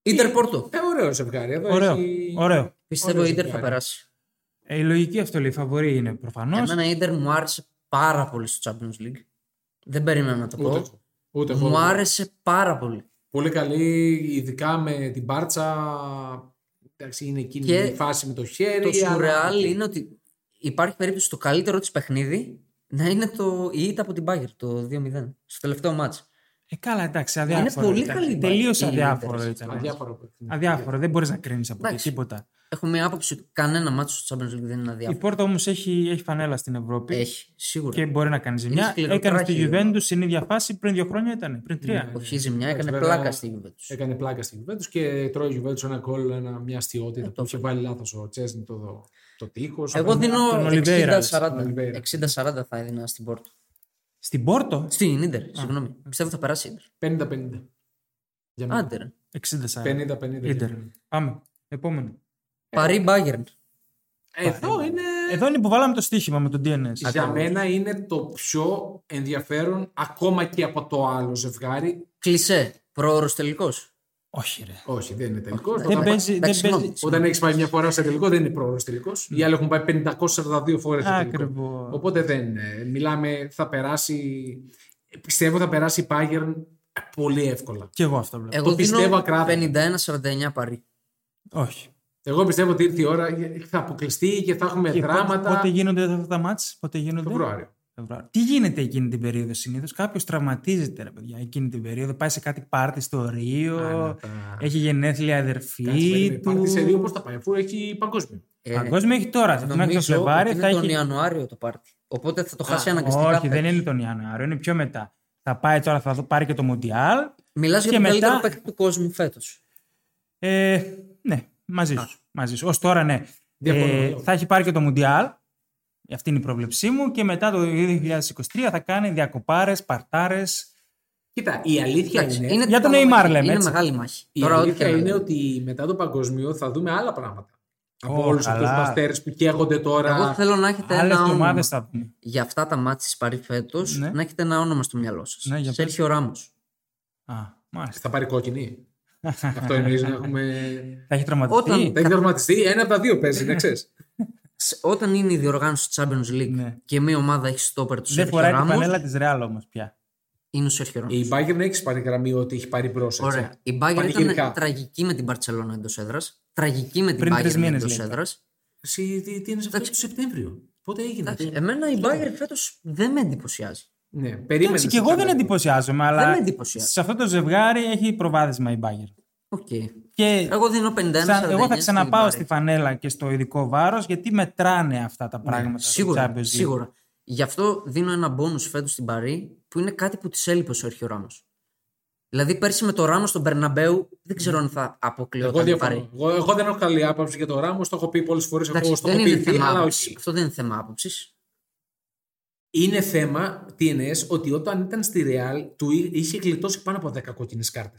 C: Ιντερ Πόρτο.
B: Ε, ωραίο ζευγάρι. Εδώ
A: Ωραίο.
B: Έχει...
A: Ωραίο.
C: Πιστεύω η
B: Ωραίο
C: Ιντερ θα
B: ζευγάρι.
C: περάσει.
A: Ε, η λογική αυτό λέει. Φαβορή είναι προφανώς.
C: Εμένα η Ιντερ μου άρεσε πάρα πολύ στο Champions League. Δεν περίμενα να το
B: Ούτε
C: πω.
B: εγώ. Ούτε εγώ.
C: Μου άρεσε πάρα πολύ.
B: Πολύ καλή, ειδικά με την Μπάρτσα. Εντάξει, είναι εκείνη
C: Και
B: η φάση με το χέρι.
C: Το
B: αλλά-
C: σουρεάλ είναι ότι υπάρχει περίπτωση το καλύτερο της παιχνίδι να είναι το, η ήττα από την Bayern το 2-0 στο τελευταίο μάτς.
A: Ε, καλά, εντάξει, αδιάφορο.
C: πολύ
A: ήταν.
C: καλή η
A: Τελείω
C: Bayern.
A: αδιάφορο
C: Είναι
A: ήταν. Αδιάφορο.
B: Αδιάφορο.
A: Δεν μπορείς να κρίνεις από εκεί
C: Εντάξει.
A: τίποτα.
C: Έχω μια άποψη ότι κανένα μάτσο στο Champions League δεν είναι
A: Η
C: αδιάφορο.
A: Πόρτα όμως έχει, έχει φανέλα στην Ευρώπη
C: Έχει, σίγουρα.
A: και μπορεί να κάνει ζημιά.
C: σκληρό
A: Έκανε τη
C: τράχη, βέβαια. Ναι.
A: Juventus στην ίδια φάση πριν δύο χρόνια ήταν. Πριν τρία.
C: Όχι ζημιά,
B: Εντάξει,
C: έκανε
B: βέβαια,
C: πλάκα στη Juventus.
B: Έκανε πλάκα στην Juventus και τρώει η Juventus ένα κόλλ, ένα, μια αστείωτητα που
C: Ε, το
B: είχε βάλει λάθος ο Τσέσνη το, το, τείχος.
C: Εγώ δίνω
A: ε, τον Ολιβέηρα,
B: τον
C: 60-40.
B: Ολιβέηρα.
C: 60-40 θα έδινα στην Πόρτο.
A: Στην Πόρτο
C: Στην Ιντερ, συγγνώμη. Πιστεύω θα περάσει η
B: 50-50.
C: Ιντερ.
A: Ναι.
B: Για μένα.
C: Άντε ρε.
A: 60-40.
B: 50-50. για
A: Ίντερ.
B: μένα.
A: Πάμε. Επόμενο.
C: Παρή Bayern.
B: Εδώ είναι.
A: Εδώ είναι που βάλαμε το στοίχημα με τον DNS.
B: Ε, Για μένα είναι το πιο ενδιαφέρον ακόμα και από το άλλο ζευγάρι.
C: Κλισέ. Πρόωρος τελικός.
A: Όχι, ρε.
B: Όχι, δεν είναι τελικό.
C: Ε,
A: Δεν παίζει- δεν παίζει-
B: Όταν έχεις πάει μια φορά σε τελικό, δεν είναι πρόωρος τελικός. Οι άλλοι έχουν πάει 542 φορέ σε τελικό.
A: Ακριβώς.
B: Οπότε δεν. ε, Μιλάμε, θα περάσει. Πιστεύω θα περάσει η Bayern πολύ εύκολα.
A: Και εγώ αυτό
B: Ε,
A: βλέπω.
C: Εγώ
B: πιστεύω
C: δίνω
B: ακράδαντα.
C: 51-49 Παρή.
A: Όχι.
B: Εγώ πιστεύω ότι ήρθε η ώρα, ε, θα αποκλειστεί και θα έχουμε
A: Και πότε-
B: δράματα.
A: Πότε γίνονται αυτά τα μάτς, πότε γίνονται.
B: Φεβρουάριο.
A: Φεβρουάριο. Τι γίνεται εκείνη την περίοδο συνήθως. Κάποιος τραυματίζεται, ρε παιδιά, εκείνη την περίοδο. Πάει σε κάτι πάρτι στο Ρίο.
B: Α, τα-
A: έχει γενέθλια αδερφή
B: Κάτσε,
A: του.
B: Πάρτι σε δύο πώς θα πάει, αφού έχει παγκόσμιο.
C: Ε,
A: Παγκόσμιο έχει τώρα. Θα θυμάμαι το
C: Νομίζω
A: Φλεβάρι.
C: ότι
A: Θα
C: είναι τον
A: έχει...
C: Ιανουάριο το πάρτι. Οπότε θα το χάσει
B: Α,
C: αναγκαστικά.
A: Όχι,
C: παίκτης.
A: δεν είναι τον Ιανουάριο, είναι πιο μετά. Θα πάει τώρα, θα δω- πάρει και το Μοντιάλ.
C: Μιλάς για
A: Και
C: τον
A: μετά-
C: καλύτερο παίκτη του κόσμου φέτος.
A: Ε, ναι, μαζί σου. Μαζί σου. Ως τώρα, ναι.
B: Διαφωνούμε,
A: Ε,
B: λέω.
A: θα έχει πάρει και το Μουντιάλ. Αυτή είναι η πρόβλεψή μου. Και μετά το 2023 θα κάνει διακοπάρες, παρτάρες.
B: Κοίτα, η αλήθεια
C: Εντάξει,
B: είναι.
C: είναι
A: Για τον
C: μεγάλη
A: Neymar
C: μάχη.
A: λέμε,
C: Είναι
A: έτσι.
C: μεγάλη μάχη.
B: Η
C: Τώρα, ό,τι
B: αλήθεια
C: και να
B: είναι
C: λέμε.
B: ότι μετά το παγκοσμίο θα δούμε άλλα πράγματα. Από
A: Ω,
B: όλους αυτούς του
A: καλά.
B: μαστέρε που καίγονται τώρα.
C: Εγώ θέλω να έχετε
A: Άλλες
C: ένα όνομα
A: εβδομάδες θα δούμε.
C: για αυτά τα μάτια της Παρή φέτος,
A: Ναι.
C: να έχετε ένα όνομα στο μυαλό σας.
A: Ναι, για
C: Σέρχιο Ράμος.
A: Α, μάλιστα.
B: Θα πάρει κόκκινη. Αυτό εννοείς να έχουμε.
A: Θα έχει τραυματιστεί.
C: Όταν-
B: Θα έχει τραυματιστεί. Ένα από τα δύο παίζει, να ξέρεις.
C: Όταν είναι η διοργάνωση του Champions League
A: Ναι.
C: και μία ομάδα έχει στόπερ τους
A: Δεν
C: Σέρχιο
A: φοράει την
C: Ράμος,
A: πανέλα της Ρεάλ όμως πια.
C: είναι ο Σέρχιο Ράμος.
B: Η Bayern έχει πάρει γραμμή ότι έχει πάρει μπρος. έτσι.
C: Ωραία. Η Bayern
B: Πανηγυρικά.
C: ήταν τραγική με την Barcelona εντός έδρας. Τραγική με την
A: Πριν τρεις
C: Bayern
A: μήνες,
C: εντός
A: λέει.
C: έδρας.
B: Εσύ τι, τι είναι σε αυτό το Σεπτέμβριο. Πότε έγινε. τι-
C: Εμένα η Bayern φέτος δεν με εντυπωσιάζει.
B: Ναι, περίμενες.
A: Εντάξει, και εγώ δεν εντυπωσιάζομαι, αλλά
C: Δεν με εντυπωσιάζει.
A: σε αυτό το ζευγάρι έχει προβάδισμα η Μπάγκερ.
C: Οκ.
A: Και
C: Εγώ δίνω 51.
A: σαν- εγώ θα
C: 49
A: ξαναπάω
C: στην
A: στη
C: Bayern.
A: φανέλα και στο ειδικό βάρος, γιατί μετράνε αυτά τα πράγματα. στο
C: Ναι, Σίγουρα,
A: Champions League.
C: σίγουρα. Γι' αυτό δίνω ένα μπόνου φέτος στην Παρή που είναι κάτι που της έλειπε ο Σέρχιο Ράμος. Δηλαδή πέρσι με το Ράμος στον Περναμπέου δεν ξέρω αν θα
B: Εγώ,
C: αποκλειόταν η
B: διαφωνώ.
C: Παρή.
B: εγώ, εγώ δεν έχω καλή άποψη για το Ράμος. Το έχω πει πολλές φορές.
C: Εντάξει,
B: Έχω
C: δεν είναι
B: στοχοποιηθεί,
C: θέμα
B: αλλά
C: άποψης.
B: όχι.
C: Αυτό δεν είναι θέμα άποψης.
B: Είναι θέμα, τι εννοείς, ότι όταν ήταν στη Ρεάλ του εί- είχε γλιτώσει πάνω από 10 κόκκινες κάρτες.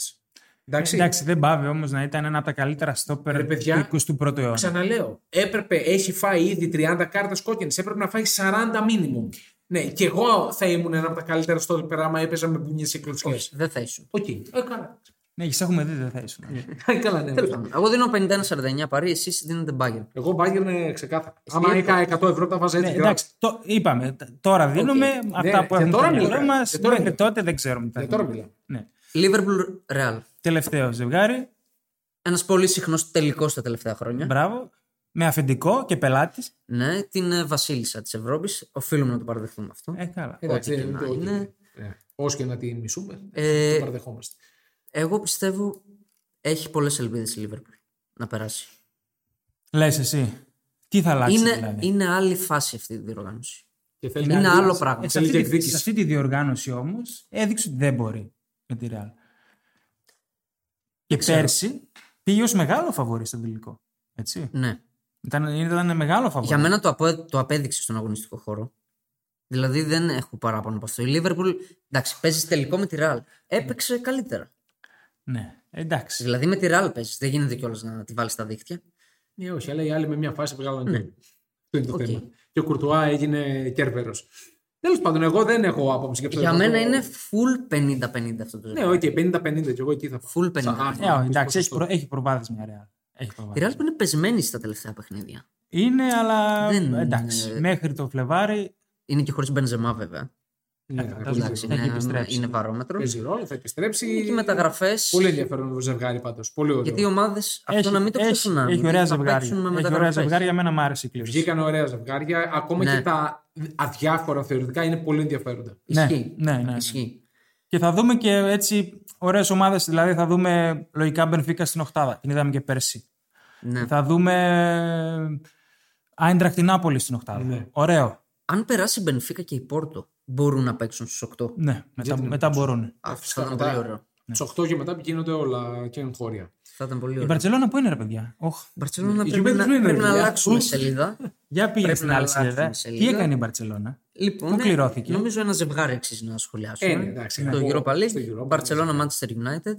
B: Εντάξει.
A: Εντάξει, δεν πάβει όμως να ήταν ένα από τα καλύτερα
B: Ρε,
A: στόπερ
B: παιδιά,
A: του 21ου αιώνα.
B: Ξαναλέω, έπρεπε, έχει φάει ήδη 30 κάρτες κόκκινες, έπρεπε να φάει 40 μίνιμουμ. Ναι, και εγώ θα ήμουν ένα από τα καλύτερα στο άμα έπαιζα με μπουνιές και κλωτσιές.
C: Όχι, δεν θα ήσουν.
B: Οκ. Ε, καλά.
A: Ναι, σε έχουμε δει, δεν θα ήσουν.
B: Ε, καλά, ναι.
C: Τέλος πάντων. Λοιπόν, Εγώ δίνω 51-49 Παρή, εσείς δίνετε Bayern.
B: Εγώ μπάγερνε ξεκάθαρα. Άμα είχα 100 ευρώ, τα βάζα
A: ναι,
B: έτσι.
A: εντάξει,
B: γράψα.
A: το είπαμε. τ- Τώρα δίνουμε αυτά
B: Ναι,
A: που
B: για
A: έχουμε
B: τώρα
A: στο μυαλό
B: μιλάμε,
A: μας.
B: για τώρα
A: Μέχρι
B: μιλάμε.
A: τότε δεν ξέρουμε. τι θα
B: Για Ε, τώρα
A: γίνει.
B: μιλάμε.
A: Ναι.
C: Liverpool Real.
A: Τελευταίο ζευγάρι.
C: Ένας πολύ συχνός τελικός τα τελευταία χρόνια.
A: Μπράβο. Με αφεντικό και πελάτης.
C: Ναι, την ε, βασίλισσα της Ευρώπης. Οφείλουμε να το παραδεχθούμε αυτό.
A: Ε, καλά.
B: Εντάξει,
C: Ό,τι και
B: είναι
C: να
B: το-
C: είναι.
B: Ναι. Όσο και να τη μισούμε,
C: Ε,
B: το παραδεχόμαστε.
C: Εγώ πιστεύω έχει πολλές ελπίδες η Liverpool να περάσει.
A: Λες εσύ. Τι θα αλλάξει
C: είναι,
B: ναι,
A: δηλαδή.
C: είναι άλλη φάση αυτή η διοργάνωση.
B: Και θέλει
C: Είναι,
B: να δεις-
C: άλλο πράγμα.
A: Ε, σε,
B: θέλει και
A: αυτή τη,
B: εκδίκηση.
A: σε αυτή τη διοργάνωση όμως έδειξε ότι δεν μπορεί με τη Real. Και πέρσι πήγε ως μεγάλο φαβόρη στον τελικό. Έτσι.
C: Ναι.
A: Ήταν, ήταν μεγάλο φαβόρη.
C: Για μένα το, απο... το απέδειξε στον αγωνιστικό χώρο. Δηλαδή δεν έχω παράπονο από αυτό. Η Λίβερπουλ, εντάξει, παίζει τελικό με τη Ραλ. Έπαιξε καλύτερα.
A: Ναι, εντάξει.
C: Δηλαδή με τη Ραλ παίζεις. Δεν γίνεται κιόλας να τη βάλεις στα δίχτυα.
B: Ναι, όχι, αλλά οι άλλοι με μια φάση βγάλανε.
C: Ναι.
B: Αυτό είναι το
C: Οκ.
B: θέμα. Και ο Κουρτουά έγινε κέρβερος. Τέλος πάντων, εγώ δεν έχω άποψη για αυτό.
C: Για
B: το-
C: μένα είναι full 50-50 αυτό το
B: Ναι,
C: ζευγάρι.
B: οκ, 50-50 και εγώ εκεί θα πάω.
C: Full 50.
B: Σαν άνθρωπο,
A: Ε, όχι,
B: πεις
A: εντάξει, έχει,
B: ποσοστό.
A: προ... έχει προβάδισμα η Real. Έχει
C: Η
A: προβάδισμα.
C: Ραλ που είναι πεσμένη στα τελευταία παιχνίδια.
A: Είναι, αλλά
C: Ε, Δεν-
A: εντάξει. Μέχρι το Φλεβάρι
C: Είναι και χωρίς Μπενζεμά βέβαια.
B: Ναι,
A: Ε,
B: θα
A: εντάξει.
B: παίζει
C: Εντάξει,
B: ρόλο.
A: έχει
C: είναι,
A: επιστρέψει.
C: είναι βαρόμετρος.
B: Παίζει ρόλο, θα επιστρέψει.
C: Και οι μεταγραφές.
B: Πολύ ενδιαφέρον το ζευγάρι πάντως. Πολύ ωραίο.
C: Γιατί οι ομάδες αυτό
A: έχει,
C: να μην το
A: έχει,
C: ξεχνάμε.
A: έχει ωραία
C: γιατί θα
A: ζευγάρια.
C: παίξουν με
A: Έχει ωραία
C: μεταγραφές.
A: ζευγάρια, για μένα μου άρεσε η κλήρωση.
B: Βγήκαν ωραία ζευγάρια. Ακόμα
C: Ναι.
B: και τα αδιάφορα θεωρητικά είναι πολύ ενδιαφέροντα.
A: Ναι,
C: Ισχύει.
A: ναι, ναι, ναι.
C: Ισχύει.
A: Και θα δούμε και έτσι ωραίες ομάδες. Δηλαδή θα δούμε λογικά Μπενφίκα στην Οχτάδα. Την είδαμε και πέρσι.
C: Ναι.
A: Θα δούμε Άιντραχ την Νάπολη στην Οχτάδα.
B: Ναι.
A: Ωραίο.
C: Αν περάσει η Μπενφίκα και η Πόρτο, μπορούν να παίξουν στου
B: Ε,
C: 8.
A: Ναι, μετά,
B: την
A: μετά μπορούν.
C: Αυτό θα ήταν
B: μετά-
C: πολύ ωραίο.
B: Στι 8 και μετά γίνονται όλα και εγχώρια.
C: Θα ήταν πολύ
A: Η
C: ωραίο.
A: Μπαρσελόνα που είναι, ρε παιδιά. Οχ.
C: Μπαρσελόνα
B: Η
C: πρέπει,
B: Juventus
C: να,
B: είναι,
C: πρέπει να
B: παιδιά.
C: αλλάξουμε
B: Ουφ.
C: σελίδα.
A: Για πήγαινε
C: Πρέπει
A: στην
C: να
A: άλλη
C: αλλάξουμε
A: σελίδα. Τι
C: σελίδα.
A: έκανε η Μπαρσελόνα.
C: Λοιπόν,
A: Πού
C: ναι,
A: κληρώθηκε?
C: Νομίζω ένα ζευγάρι αξίζει να σχολιάσουμε.
B: Ε, ναι, εντάξει,
C: το
B: να πω,
C: Europa
B: στο
C: League,
B: Europa, ναι.
C: Barcelona, Manchester United.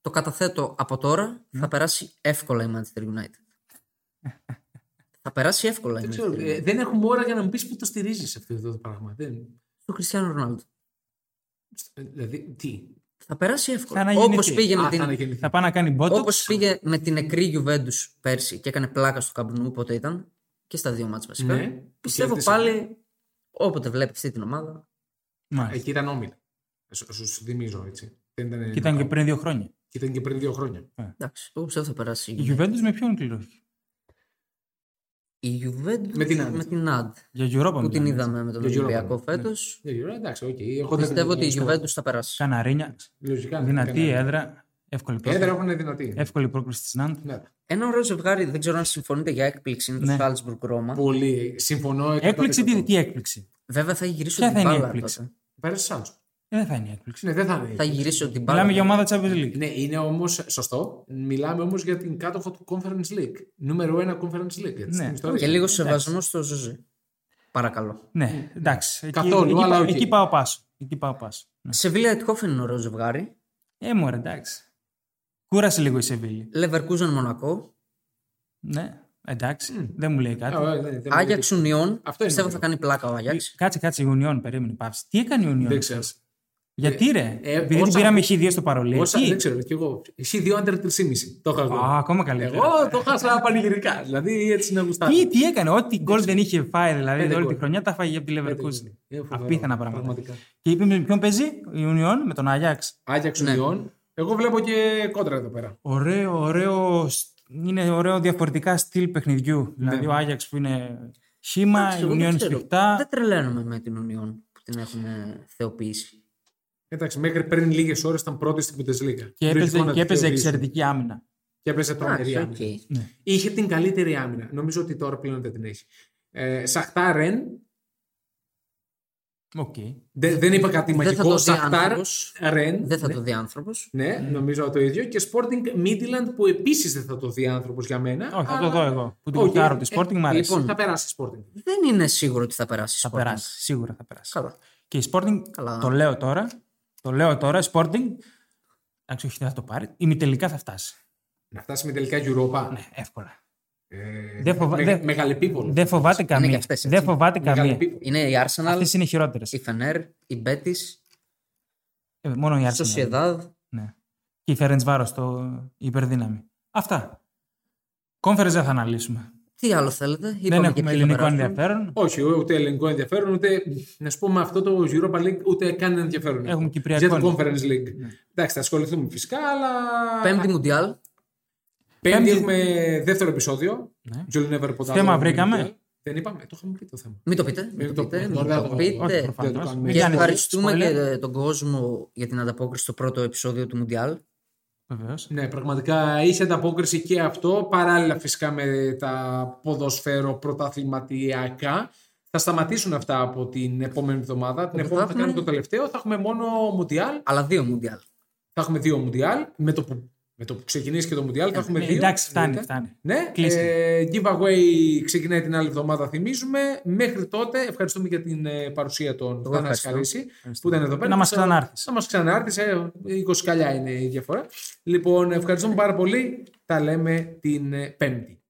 C: Το καταθέτω από τώρα,
B: Ναι.
C: θα περάσει εύκολα η Manchester United. θα περάσει εύκολα η
B: Δεν,
C: Manchester
B: ξέρω,
C: United.
B: ε, δεν έχουμε ώρα για να μου πεις που το στηρίζεις αυτό εδώ το πράγμα. Δεν...
C: Το Cristiano Ronaldo.
B: ε, Δηλαδή, τι.
C: Θα περάσει
A: Θα
C: εύκολα.
A: αναγεννηθεί.
C: Όπως πήγε, με
B: Α, θα
C: την...
B: αναγεννηθεί.
A: Θα πάει να κάνει μπότο.
C: όπως πήγε με την νεκρή Juventus πέρσι και έκανε πλάκα στο καμπνού, όποτε ήταν και στα δύο μάτς βασικά.
B: Ναι,
C: Πιστεύω
B: κέρδισε.
C: πάλι όποτε βλέπει αυτή την ομάδα.
B: Εκεί ήταν όμιλα. Σου σου θυμίζω έτσι. Δεν ήταν,
A: Και ήταν και πριν δύο χρόνια.
B: και ήταν και πριν δύο χρόνια.
C: Εντάξει, εγώ πιστεύω θα περάσει.
A: Η Juventus με ποιον κληρώθηκε.
C: Η Juventus
B: Με την Άντ.
C: με την Άντ.
A: Για Europa
C: που την
A: μιλάμε, έτσι.
C: είδαμε με τον
B: Για Europa,
C: Ολυμπιακό
B: ναι.
C: φέτος.
B: Ναι, γύρω, εντάξει, οκ. Εγώ δεν-
C: Πιστεύω ότι η
B: δεν-
C: Juventus θα περάσει.
A: Καναρίνια.
B: Λογικά. ναι,
A: Δυνατή ε,
B: κανένα.
A: έδρα. Εύκολη
B: Έδρα
A: πρόκληση.
B: έχουν δυνατή.
A: Εύκολη πρόκληση της Νάντ.
B: Ναι.
C: Ένα ωραίο ζευγάρι, δεν ξέρω αν συμφωνείτε για έκπληξη, είναι το
A: Ναι.
C: Σάλτσμπουργκ Ρώμα.
B: Πολύ. Συμφωνώ.
A: Έκπληξη, τι, τι έκπληξη.
C: Βέβαια θα γυρίσω
A: Ποια
C: την
A: θα είναι η
C: μπάλα.
A: έκπληξη?
C: τότε.
B: Πέρασε Σάντσο.
A: Ε, δεν θα είναι η έκπληξη.
B: Ναι, δεν θα είναι.
C: Θα γυρίσω την μπάλα.
A: Μιλάμε για ομάδα Champions League.
B: Ναι, είναι όμως σωστό. Μιλάμε όμως για την κάτοχο του Conference League. Νούμερο ένα Conference League. Έτσι,
A: Ναι.
B: στην ιστορία.
C: Και λίγο σεβασμό στο Ζωζέ. Παρακαλώ.
A: Ναι, εντάξει. Εκεί,
B: Καθόλου,
A: εκεί,
B: αλλά
A: πάω-
B: οκ.
A: εκεί πάω πάσο. Εκεί πάω πάσο. Ναι.
C: Σεβίλια Ετχόφεν είναι ωραίο ζευγάρι.
A: Ε, μου εντάξει. Κούρασε λίγο η Σεβίλη.
C: Λεβερκούζεν Μονακό.
A: Ναι, εντάξει. Δεν μου λέει κάτι.
B: Α, ε, ναι, δεν μου
C: Άγιαξ Ουνιόν.
B: Αυτό είναι
C: Πιστεύω
B: ωραίο.
C: θα κάνει πλάκα ο Άγιαξ.
A: Κάτσε, κάτσε, η Union περίμενε πάυση. Τι έκανε η Union.
B: Δεν ξέρω.
A: Γιατί ρε,
B: ε,
A: επειδή την
B: όσα-
A: πήραμε χ2 στο παρολί.
B: Όσα,
A: Τι?
B: δεν ξέρω, κι εγώ. Εσύ δύο άντερ 3,5. Το είχα εγώ.
A: Α, ακόμα καλύτερα.
B: εγώ το χάσα πανηγυρικά. Δηλαδή έτσι να γουστάρω.
A: Τι, τι έκανε, ό,τι γκολ δεν είχε φάει δηλαδή
B: Πέντε
A: όλη τη
B: γκολ.
A: χρονιά τα φάγε από τη
B: Πέντε
A: Leverkusen.
B: είναι. Ε, φοβερό.
A: Απίθανα πράγματα.
B: Πραγματικά.
A: Και είπε με ποιον παίζει, η Union με τον Ajax.
B: Άγιαξ Ουνιόν. Εγώ βλέπω και κόντρα εδώ πέρα.
A: Ωραίο, ωραίο, σ- είναι ωραίο διαφορετικά στυλ παιχνιδιού.
B: Ναι.
A: Δηλαδή ο Ajax που είναι χήμα, η
C: Εγώ δεν
A: Union
C: ξέρω.
A: σφιχτά.
C: Δεν τρελαίνομαι με την Ουνιόν που την έχουν θεοποιήσει.
B: Εντάξει, μέχρι πριν λίγες ώρες ήταν πρώτη στην Bundesliga.
A: Και έπαιζε,
B: Λογικό να
A: και
B: τη
A: έπαιζε
B: θεωρείς.
A: εξαιρετική άμυνα.
B: Και έπαιζε τρομερή
C: Εντάξει,
B: άμυνα.
C: οκ.
B: Είχε την καλύτερη άμυνα. Νομίζω ότι τώρα πλέον δεν την έχει. Ε, Σαχτάρ Ρεν.
A: Οκ.
B: Δεν, δεν είπα κάτι
C: Δεν θα το
B: μαγικό.
C: δει
B: Σαχτάρ
C: άνθρωπος.
B: Ρεν.
C: Δεν θα το δει άνθρωπος.
B: Ναι, νομίζω το ίδιο. Και Sporting Midland που επίσης δεν θα το δει άνθρωπος για μένα.
A: Όχι, θα το
B: αλλά-
A: δω εγώ. Που την
B: Οκ.
A: κουτάρω τη
B: Ε,
A: Sporting, μου αρέσει.
B: Λοιπόν, θα περάσει η Sporting.
C: Δεν είναι σίγουρο ότι θα περάσει.
A: Θα
C: Sporting.
A: περάσει, σίγουρα θα περάσει.
C: Καλά.
A: Και η Sporting,
C: Καλά.
A: το λέω τώρα, το λέω τώρα, η Sporting, εντάξει όχι δεν θα το πάρει, ημιτελικά θα φτάσει.
B: Να φτάσει με τελικά Europa.
A: Ναι, εύκολα.
B: Ε,
A: Δεν φοβα-
B: με-
A: δεν-
B: μεγαλεπίπολο.
A: Δεν φοβάται
C: και
A: καμία.
C: αυτές, έτσι.
A: δεν φοβάται καμία.
B: Μεγαλεπίπολο.
C: Είναι η Arsenal,
A: Αυτές είναι οι χειρότερες.
C: η Fener, η Betis,
A: Ε, μόνο η
C: η
A: Arsenal.
C: Sociedad.
A: Ναι. Και η Φέρεντς Βάρος, το η υπερδύναμη. Αυτά. Conference δεν θα αναλύσουμε.
C: Τι άλλο θέλετε,
A: δεν
C: είπαμε και
A: έχουμε
C: ποιοι θα
A: ελληνικό
C: περάσουν.
A: ενδιαφέρον.
B: Όχι, ούτε ελληνικό ενδιαφέρον, ούτε να σου πούμε αυτό το Europa League, ούτε καν ενδιαφέρον.
A: Έχουμε κυπριακό. Ναι.
B: Για το Conference League. Εντάξει, θα ασχοληθούμε φυσικά, αλλά.
C: Πέμπτη Μουντιάλ,
B: Πέμπτη
A: Πέμπτη-
B: έχουμε δεύτερο επεισόδιο.
A: Ναι.
B: You'll never put
A: Θέμα
B: out.
A: βρήκαμε.
B: Δεν είπαμε, το είχαμε πει το θέμα.
C: μην το πείτε,
B: Μην
C: μην
B: το
C: το πείτε,
B: πούμε,
C: μην
B: δεν
C: το
B: το-
A: Όχι,
C: πείτε.
B: δεν το
A: προφανώς.
B: κάνουμε.
A: Μην
C: Και
A: κάνετε
C: ευχαριστούμε
A: spoiler.
C: και τον κόσμο για την ανταπόκριση στο πρώτο επεισόδιο του Μουντιάλ.
A: Βεβαίως.
B: Ναι, πραγματικά είχε ανταπόκριση και αυτό, παράλληλα φυσικά με τα ποδοσφαίρο πρωταθληματιακά. Θα σταματήσουν αυτά από την επόμενη εβδομάδα. Την
C: θα
B: επόμενη θα
C: έχουμε-
B: κάνουμε το τελευταίο, θα έχουμε μόνο Μουντιάλ.
C: Αλλά δύο Μουντιάλ.
B: Θα έχουμε δύο Μουντιάλ. Με το που Με το που ξεκινήσει και το Μουντιάλ θα έχουμε
A: Ε,
B: δύο.
A: εντάξει, φτάνει,
B: Δείτε.
A: φτάνει.
B: Ναι,
A: Κλείσει.
B: ε, giveaway ξεκινάει την άλλη εβδομάδα, θυμίζουμε. Μέχρι τότε, ευχαριστούμε για την ε, παρουσία των Θανάση
C: ευχαριστώ.
B: Χαρίση που ήταν εδώ πέρα.
A: Να μας
B: Ξέρω-
A: ξανάρθεις.
B: Να μας ξανάρθεις, 20 καλιά είναι η διαφορά. Λοιπόν, ευχαριστούμε πάρα πολύ. Τα λέμε την ε, Πέμπτη.